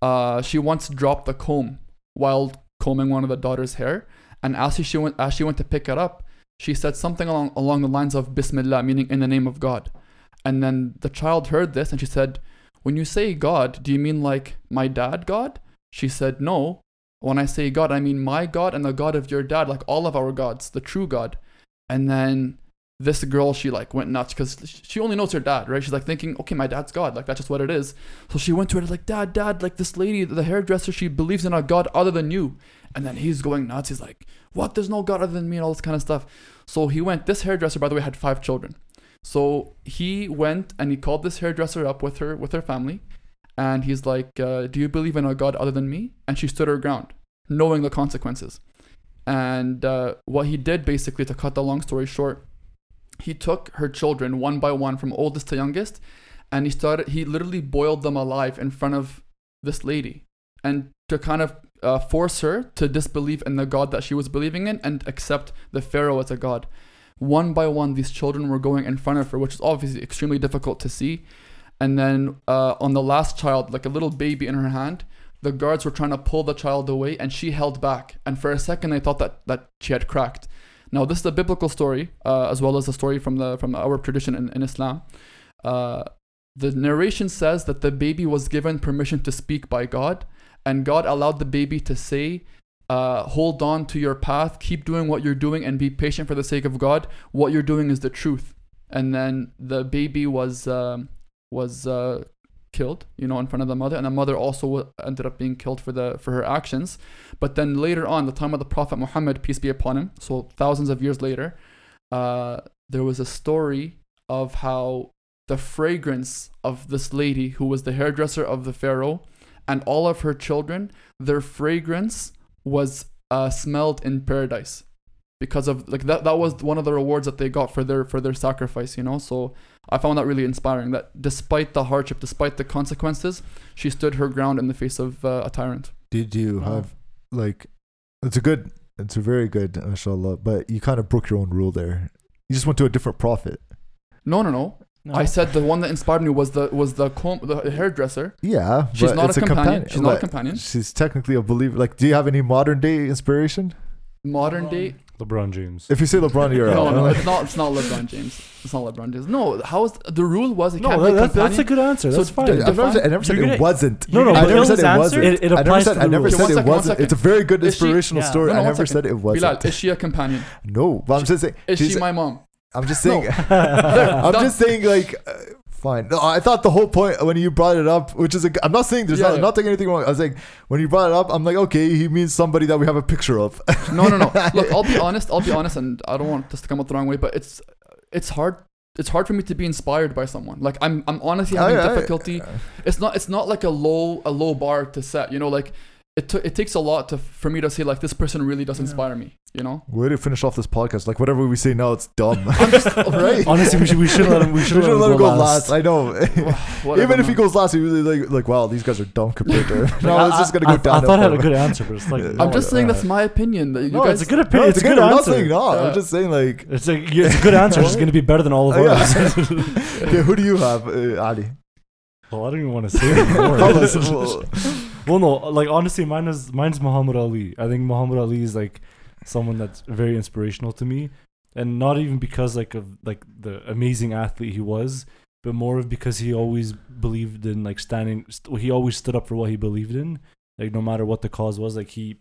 Uh, she once dropped the comb while combing one of the daughter's hair, and as she went as she went to pick it up, she said something along along the lines of Bismillah, meaning in the name of God. And then the child heard this, and she said, "When you say God, do you mean like my dad God?" She said, "No. When I say God, I mean my God and the God of your dad, like all of our gods, the true God." And then this girl, she like went nuts because she only knows her dad, right? She's like thinking, okay, my dad's God, like that's just what it is. So she went to her like, dad, dad, like this lady, the hairdresser, she believes in a God other than you. And then he's going nuts. He's like, what? There's no God other than me and all this kind of stuff. So he went, this hairdresser, by the way, had five children. So he went and he called this hairdresser up with her, with her family. And he's like, uh, do you believe in a God other than me? And she stood her ground, knowing the consequences. And uh, what he did basically, to cut the long story short, he took her children one by one from oldest to youngest and he started he literally boiled them alive in front of this lady and to kind of uh, force her to disbelieve in the god that she was believing in and accept the pharaoh as a god one by one these children were going in front of her which is obviously extremely difficult to see and then uh, on the last child like a little baby in her hand the guards were trying to pull the child away and she held back and for a second they thought that, that she had cracked now this is a biblical story uh, as well as a story from the from our tradition in, in islam uh, the narration says that the baby was given permission to speak by god and god allowed the baby to say uh, hold on to your path keep doing what you're doing and be patient for the sake of god what you're doing is the truth and then the baby was um, was uh, killed, you know, in front of the mother, and the mother also wa- ended up being killed for the for her actions. But then later on, the time of the Prophet Muhammad, peace be upon him, so thousands of years later, uh, there was a story of how the fragrance of this lady who was the hairdresser of the pharaoh and all of her children, their fragrance was uh, smelled in paradise because of like that that was one of the rewards that they got for their for their sacrifice you know so i found that really inspiring that despite the hardship despite the consequences she stood her ground in the face of uh, a tyrant
Did you
Wow.
have like? It's a good. It's a very good, mashallah. But you kind of broke your own rule there. You just went to a different prophet.
no no no
No.
i said the one that inspired me was the was the comb the hairdresser
Yeah,
she's
but
not
it's
a, companion. she's not a
but
companion
She's technically a believer. Like, do you have any modern day inspiration?
modern day
LeBron James.
If you say LeBron, you're
(laughs) no
out.
no
(laughs) Like,
it's not it's not lebron james it's not lebron james no how is the rule was it
no,
can't
that,
be a
that's- that's a
companion.
good answer.
So
That's
I
fine.
d-
never said, I never said
You're
it
gonna-
wasn't.
No, no,
I
but
never
Bill's
said it
answer-
wasn't.
It- it
I never
applies
said
to
I
the
never
rules.
said
Okay,
it
one second, one
wasn't.
second.
It's a very good
Is she-
inspirational
yeah.
story.
No, no,
I
one
never
second.
said it wasn't.
Bilal, is she a companion
no, but I'm just saying.
is
she's-
she my mom
I'm
(laughs)
just saying. (laughs) I'm
Done.
just saying, like, uh, fine. No, I thought the whole point when you brought it up, which is, a, I'm not saying there's
Yeah,
not,
yeah.
not taking anything wrong. I was like, when you brought it up, I'm like, okay, he means somebody that we have a picture of. (laughs)
No, no, no. Look, I'll be honest. I'll be honest, and I don't want this to come out the wrong way, but it's it's hard. It's hard for me to be inspired by someone. Like I'm, I'm honestly having
I- I-
difficulty. It's not, it's not like a low, a low bar to set. You know, like it, t- it takes a lot to for me to say like this person really does inspire me. You know,
Way to finish off this podcast. Like, whatever we say now, it's
(laughs)
dumb. (laughs) right?
Honestly, we should we should let him we
(laughs)
should
We
let
should've
him go, last.
I
(laughs)
know. (laughs)
Whatever,
Even if he
man.
goes last, he was like, like, wow, these guys are dumb compared to. (laughs)
Like,
no, it's just gonna go
I,
down.
I thought I had a
forever.
good answer, but it's like no,
I'm just saying that's
uh,
my opinion. That you
no,
guys,
it's a good
No,
opinion. It's a good
I'm not
answer.
saying no.
Uh,
I'm just saying
(laughs)
like, (laughs)
It's a yeah, it's a good answer. It's gonna be better than all of
Oh, yeah.
ours. (laughs)
okay, who do you have, uh, Ali? (laughs)
well, I don't even want to say anymore.
Tell us. (laughs) Well,
well, no, like honestly, mine is mine's Muhammad Ali. I think Muhammad Ali is like someone that's very inspirational to me, and not even because like of like the amazing athlete he was, but more of because he always believed in like standing. St- he always stood up for what he believed in, like no matter what the cause was. Like he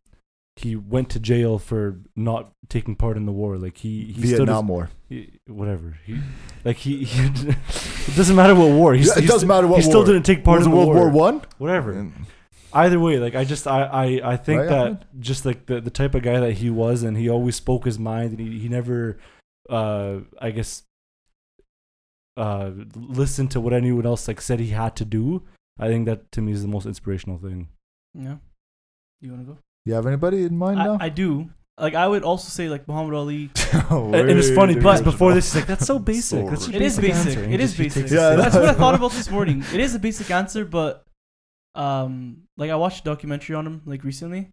he went to jail for not taking part in the war. Like he he stood his,
Vietnam War.
he- whatever. He, like he, (laughs) he it doesn't matter what war. He,
Yeah,
st-
it
he
doesn't
st-
matter what
he still
war.
didn't take part
was
in
it
the
World War
war.
One?
Whatever either way like i just i i, I think
Right,
that
Ahmed?
just like the, the type of guy that he was and he always spoke his mind and he, he never uh i guess uh listened to what anyone else like said he had to do i think that to me is the most inspirational thing
yeah. You want to go?
You have anybody in mind now?
I, I do. Like I would also say like Muhammad Ali.
(laughs) Oh,
and, and it's funny
wait.
because before this he's like that's
(laughs)
so basic
So
that's such a
It is basic.
answer." And
It
he
is
just- he
basic.
takes
Yeah,
it.
That's what I thought about this morning. It is a basic answer, but um, like I watched a documentary on him like recently,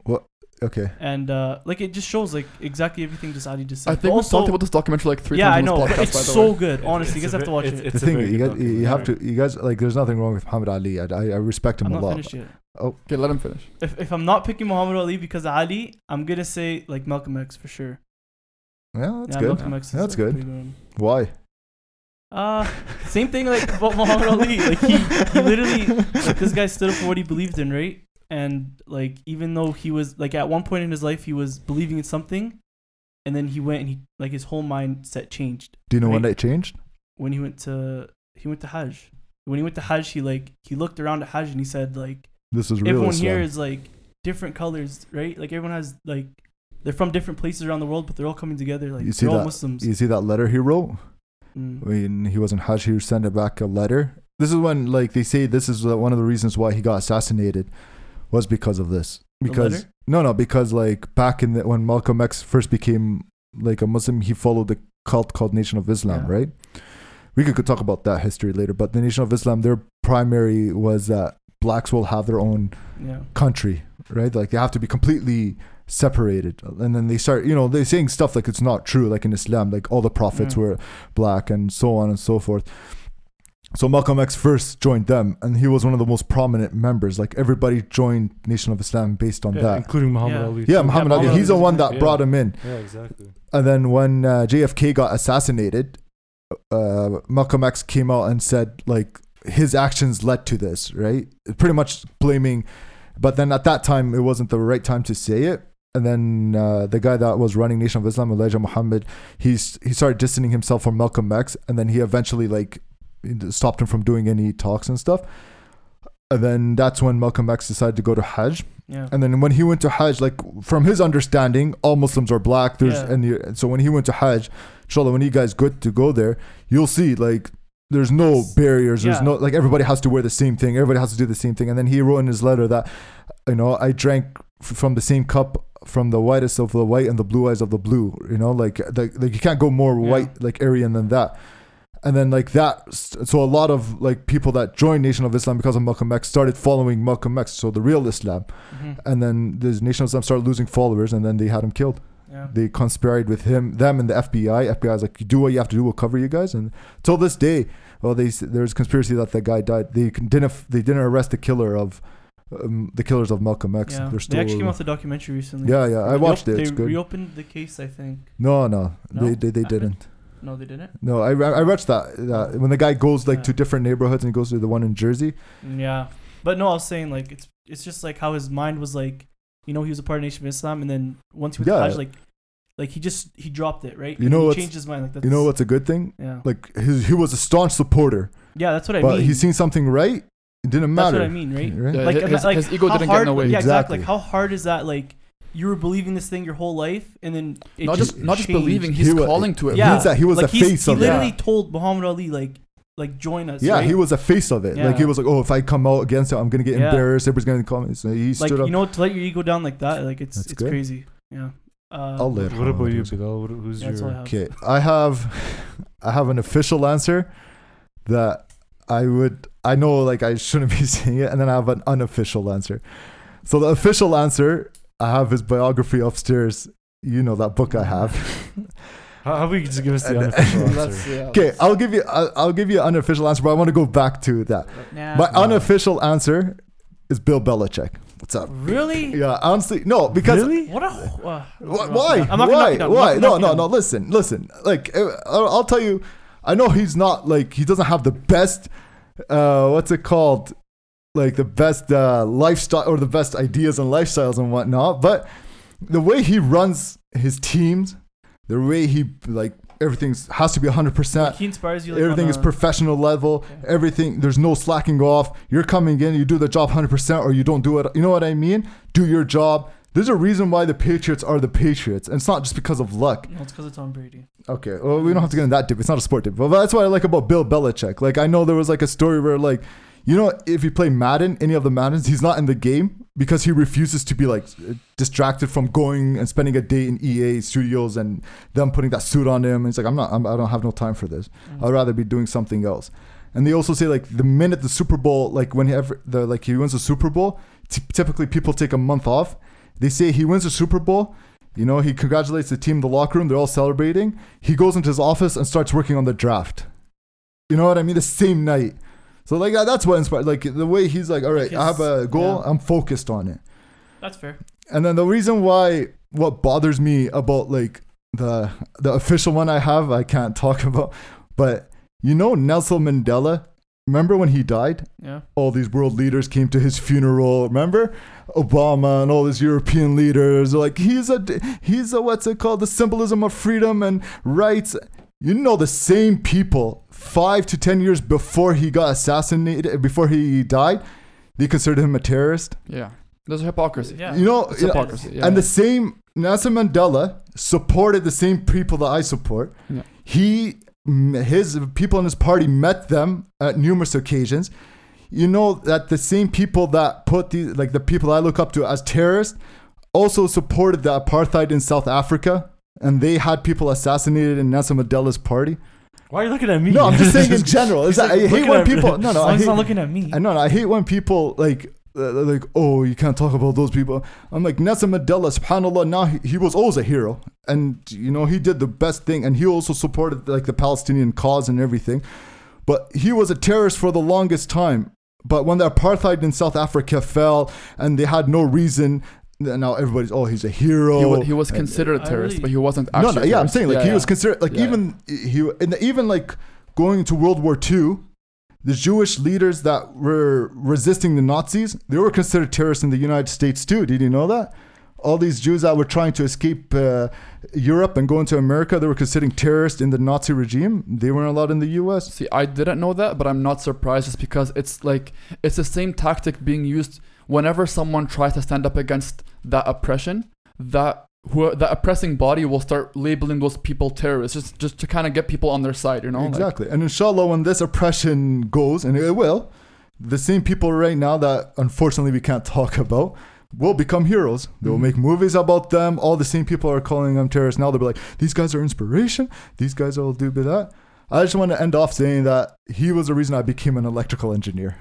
Okay.
and uh, like it just shows like exactly everything just Ali just said.
I
But
think we talked about this documentary like three
yeah, I
times
know.
on this podcast.
It's
by the
so
way.
good. Honestly,
It's
you guys
a
have to
ve-
watch
it's-
it.
it's
The
a
thing
very
you
good
guys, you have
documentary.
to, you guys like. There's nothing wrong with Muhammad Ali. I, I I respect him
I'm
a
not
lot.
finished yet.
Okay, let him finish.
If, if I'm not picking Muhammad Ali because of Ali, I'm gonna say like Malcolm X for sure.
Yeah, that's
yeah,
good.
Malcolm X. Is
That's
a
good.
pretty one.
Why?
Uh, same thing like about Muhammad Ali. Like he, he literally, like this guy stood up for what he believed in, right? And like even though he was like at one point in his life he was believing in something, and then he went and he like his whole mindset changed
Do you know when
Right.
that changed?
when he went to he went to Hajj. When he went to Hajj, he like he looked around at Hajj and he said like
This is real
everyone
Islam.
here is like different colors, right? Like everyone has like they're from different places around the world, but they're all coming together. Like
You see
they're all
that-
Muslims.
you see that letter he wrote
Mm.
Mm-hmm. when he was in Hajj. He sent back a letter. This is when, like, they say this is uh, one of the reasons why he got assassinated was because of this. Because
letter?
no, no, because like back in the, when Malcolm X first became like a Muslim, he followed the cult called Nation of Islam,
Yeah.
right? We could, could talk about that history later, but the Nation of Islam, their primary was that blacks will have their own
Yeah.
country, right? Like they have to be completely separated. And then they start, you know, they're saying stuff like it's not true, like in Islam, like all the prophets
Mm.
Yeah.
were black and so on and so forth. So Malcolm X first joined them, and he was one of the most prominent members. Like everybody joined Nation of Islam based on
Yeah,
that.
including muhammad
Yeah.
ali
Yeah,
too.
Muhammad Ali.
Muhammad
He's the
Ali's
one
one,
that
yeah.
brought him in.
yeah exactly
And then when uh, JFK got assassinated, uh, Malcolm X came out and said like his actions led to this, right? Pretty much blaming. But then at that time, it wasn't the right time to say it. And then uh, the guy that was running Nation of Islam, Elijah Muhammad, he's he started distancing himself from Malcolm X, and then he eventually like stopped him from doing any talks and stuff. And then that's when Malcolm X decided to go to Hajj.
Yeah.
And then when he went to Hajj, like from his understanding, all Muslims are black. There's
Yeah.
and you, and so when he went to Hajj, inshallah, when you guys good to go there, you'll see like there's no barriers. There's
Yeah.
no like everybody has to wear the same thing. Everybody has to do the same thing. And then he wrote in his letter that you know I drank f- from the same cup from the whitest of the white and the blue eyes of the blue. You know like like, like you can't go more
Yeah.
white like Aryan than that and then like that so a lot of like people that joined nation of islam because of malcolm x started following malcolm x so the real islam
Mhm.
and then the nation of islam started losing followers and then they had him killed
Yeah.
they conspired with him them and the fbi fbi is like you do what you have to do we'll cover you guys and till this day well they s- there's conspiracy that the guy died they con- didn't f- they didn't arrest the killer of um, the killers of malcolm x
Yeah.
they're
they
still
actually came out with a documentary recently.
yeah yeah i
They
watched
op-
it it's
they
good
reopened the case, I think.
no no,
No?
They, they they
I-
didn't
No, they didn't.
no i i watched that, that when the guy goes like
Yeah.
to different neighborhoods and he goes to the one in jersey
Mm, Yeah, but no, I was saying like it's it's just like how his mind was like, you know, he was a part of Nation of Islam, and then once he went to
Yeah.
Hajj, like, like he just he dropped it, right?
You
And
know
he
what's-
changed his mind. Like that's,
You know what's a good thing?
Yeah,
Like his, he was a staunch supporter,
yeah, that's what I
but
mean.
he seen something right. It didn't
that's
matter.
what I mean, right?
right?
Yeah,
Like,
his,
ima- like
his ego
how
didn't
hard,
get in the way.
Yeah, exactly.
Exactly.
Like how hard is that? Like you were believing this thing your whole life, and then it
Not
just,
just not just
changed.
believing, he's
He wa-
calling to it.
It
Yeah.
means that he was
like
a
he's-
face
he
of it.
literally told Muhammad Ali like like join us.
Yeah,
right?
he was a face of it. Like he
Yeah.
was like, oh, if I come out against it, I'm gonna get
Yeah.
embarrassed. Everybody's gonna call me. So he
like
stood up.
you know to let your ego down like that. Like it's
That's
it's
good.
crazy. Yeah. Uh,
I'll let
What about
Hamad
you,
answer.
Bilal? What- Who's
yeah, that's all I
your?
have.
Okay, I have, I have an official answer that I would. I know, like I shouldn't (laughs) be saying it, and then I have an unofficial answer. So the official answer I have is biography upstairs. You know that book I have.
(laughs) How, how about you just give us the
And- (laughs)
unofficial
That's,
answer?
yeah.
Okay, I'll give you. I'll, I'll give you an unofficial answer, but I want to go back to that.
Nah.
My unofficial answer is Bill Belichick. What's up?
really?
Yeah, honestly, no, because
really?
What a uh,
Wh- why?
I'm not gonna knock
why?
it down.
Why? No,
I'm not gonna knock it
no,
down.
no. Listen, listen. Like, uh, I'll I'll tell you. I know he's not like he doesn't have the best. Uh, what's it called? Like the best uh, lifestyle or the best ideas and lifestyles and whatnot. But the way he runs his teams, the way he like everything's has to be 100. percent
He inspires you. Like,
Everything
on
is
a-
professional level.
Okay.
Everything, there's no slacking off. You're coming in, you do the job 100% or you don't do it. You know what I mean? Do your job. There's a reason why the Patriots are the Patriots. And it's not just because of luck.
No, it's because it's on Brady.
Okay, well, we don't have to get in that deep. It's not a sport dip. But that's what I like about Bill Belichick. Like, I know there was like a story where, like, you know, if you play Madden, any of the Maddens, he's not in the game because he refuses to be like distracted from going and spending a day in EA studios and them putting that suit on him. And he's like, I'm not, I'm, I don't have no time for this. I'd rather be doing something else. And they also say like the minute the Super Bowl, like whenever the like he wins the Super Bowl, t- typically people take a month off. They say he wins the Super Bowl. You know, he congratulates the team, in the locker room. They're all celebrating. He goes into his office and starts working on the draft. You know what I mean? The same night. So like that- that's what inspired. Like the way he's like, all right, I have a goal.
Yeah.
I'm focused on it.
That's fair.
And then the reason why what bothers me about like the the official one I have I can't (laughs) talk about, but you know Nelson Mandela. Remember when he died?
Yeah.
All these world leaders came to his funeral. Remember, Obama and all these European leaders are like he's a he's a what's it called the symbolism of freedom and rights. You know the same people five to ten years before he got assassinated, before he died, they considered him a terrorist.
yeah. There's a hypocrisy.
Yeah.
You know,
It's
you know-
hypocrisy. Yeah.
and the same Nelson Mandela supported the same people that I support.
Yeah.
He, mm, his people in his party met them at numerous occasions. You know that the same people that put the like the people I look up to as terrorists also supported the apartheid in South Africa, and they had people assassinated in Nelson Mandela's party.
Why are you looking at me?
No, I'm just
(laughs)
saying in general. Is
He's
that,
like
I hate
looking
when
at me.
people. No,
As
no, I
long as
hate,
he's not looking at me.
I know, and I hate when people like uh, they're like, oh, you can't talk about those people. I'm like Nelson Mandela, subhanallah. Now he, he was always a hero, and you know he did the best thing, and he also supported like the Palestinian cause and everything. But he was a terrorist for the longest time. But when the apartheid in South Africa fell, and they had no reason, now everybody's oh, he's a hero.
he, wa- he was considered
I
a terrorist,
really-
but he wasn't
No,
actually.
no,
a
yeah, I'm
terrorist.
saying like
Yeah,
he
yeah.
was considered like
Yeah,
even he and even like going into World War II, the Jewish leaders that were resisting the Nazis, they were considered terrorists in the United States too. Did you know that? all these Jews that were trying to escape uh, Europe and go into America, they were considered terrorists in the Nazi regime. They weren't allowed in the U.S.
See, I didn't know that, but I'm not surprised just because it's like it's the same tactic being used whenever someone tries to stand up against that oppression. That who that oppressing body will start labeling those people terrorists just just to kind of get people on their side, you know? Like,
Exactly. and inshallah, when this oppression goes, and it will, the same people right now that unfortunately we can't talk about will become heroes. They
Mm-hmm.
will make movies about them. All the same people are calling them terrorists now. They'll be like, these guys are inspiration. These guys will do that. I just want to end off saying that he was the reason I became an electrical engineer.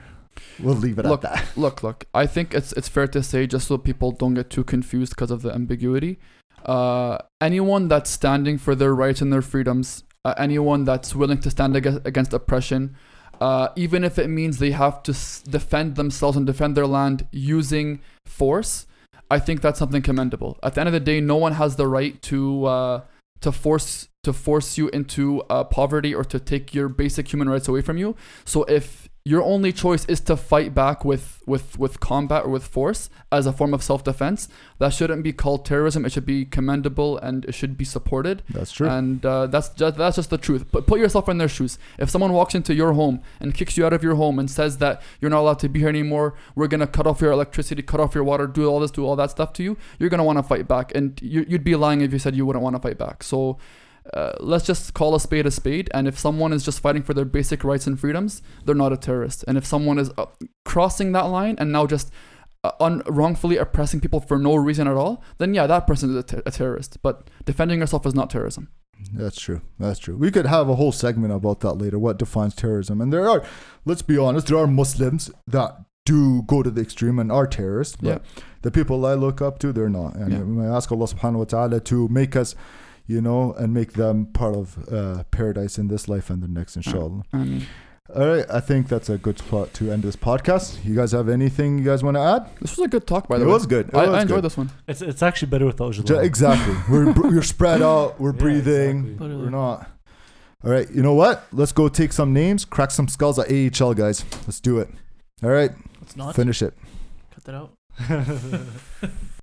We'll leave it
Look,
at that. (laughs)
look, look. I think it's it's fair to say, just so people don't get too confused because of the ambiguity. Uh, anyone that's standing for their rights and their freedoms, uh, anyone that's willing to stand aga- against oppression, uh, even if it means they have to s- defend themselves and defend their land using force, I think that's something commendable. At the end of the day, no one has the right to uh, to force to force you into uh, poverty or to take your basic human rights away from you. So if your only choice is to fight back with, with, with combat or with force as a form of self defense. That shouldn't be called terrorism. It should be commendable and it should be supported.
That's true.
And uh, that's just, that's just the truth. But put yourself in their shoes. If someone walks into your home and kicks you out of your home and says that you're not allowed to be here anymore, we're gonna cut off your electricity, cut off your water, do all this, do all that stuff to you, you're gonna want to fight back. And you, you'd be lying if you said you wouldn't want to fight back. So. Uh, let's just call a spade a spade, and if someone is just fighting for their basic rights and freedoms, they're not a terrorist. And if someone is uh, crossing that line and now just uh, un- wrongfully oppressing people for no reason at all, then yeah, that person is a, ter- a terrorist. But defending yourself is not terrorism.
That's true. That's true. We could have a whole segment about that later. What defines terrorism? And there are, let's be honest, there are Muslims that do go to the extreme and are terrorists. But the people I look up to, they're not. And
Yeah.
we may ask Allah subhanahu wa ta'ala to make us, you know, and make them part of uh, paradise in this life and the next, inshallah.
Um,
All right. I think that's a good spot to end this podcast. You guys have anything you guys want to add?
this was a good talk, by the
It
way.
was good. It
I, I
was
enjoyed
good.
this one.
It's it's actually better without Jalal.
Ju- exactly. We're, br- we're spread out.
(laughs)
We're
Yeah,
breathing.
exactly.
uh,
We're not. All right. You know what? Let's go take some names, crack some skulls at AHL, guys. Let's do it. All right.
It's not.
Finish it.
(laughs)
Cut that out.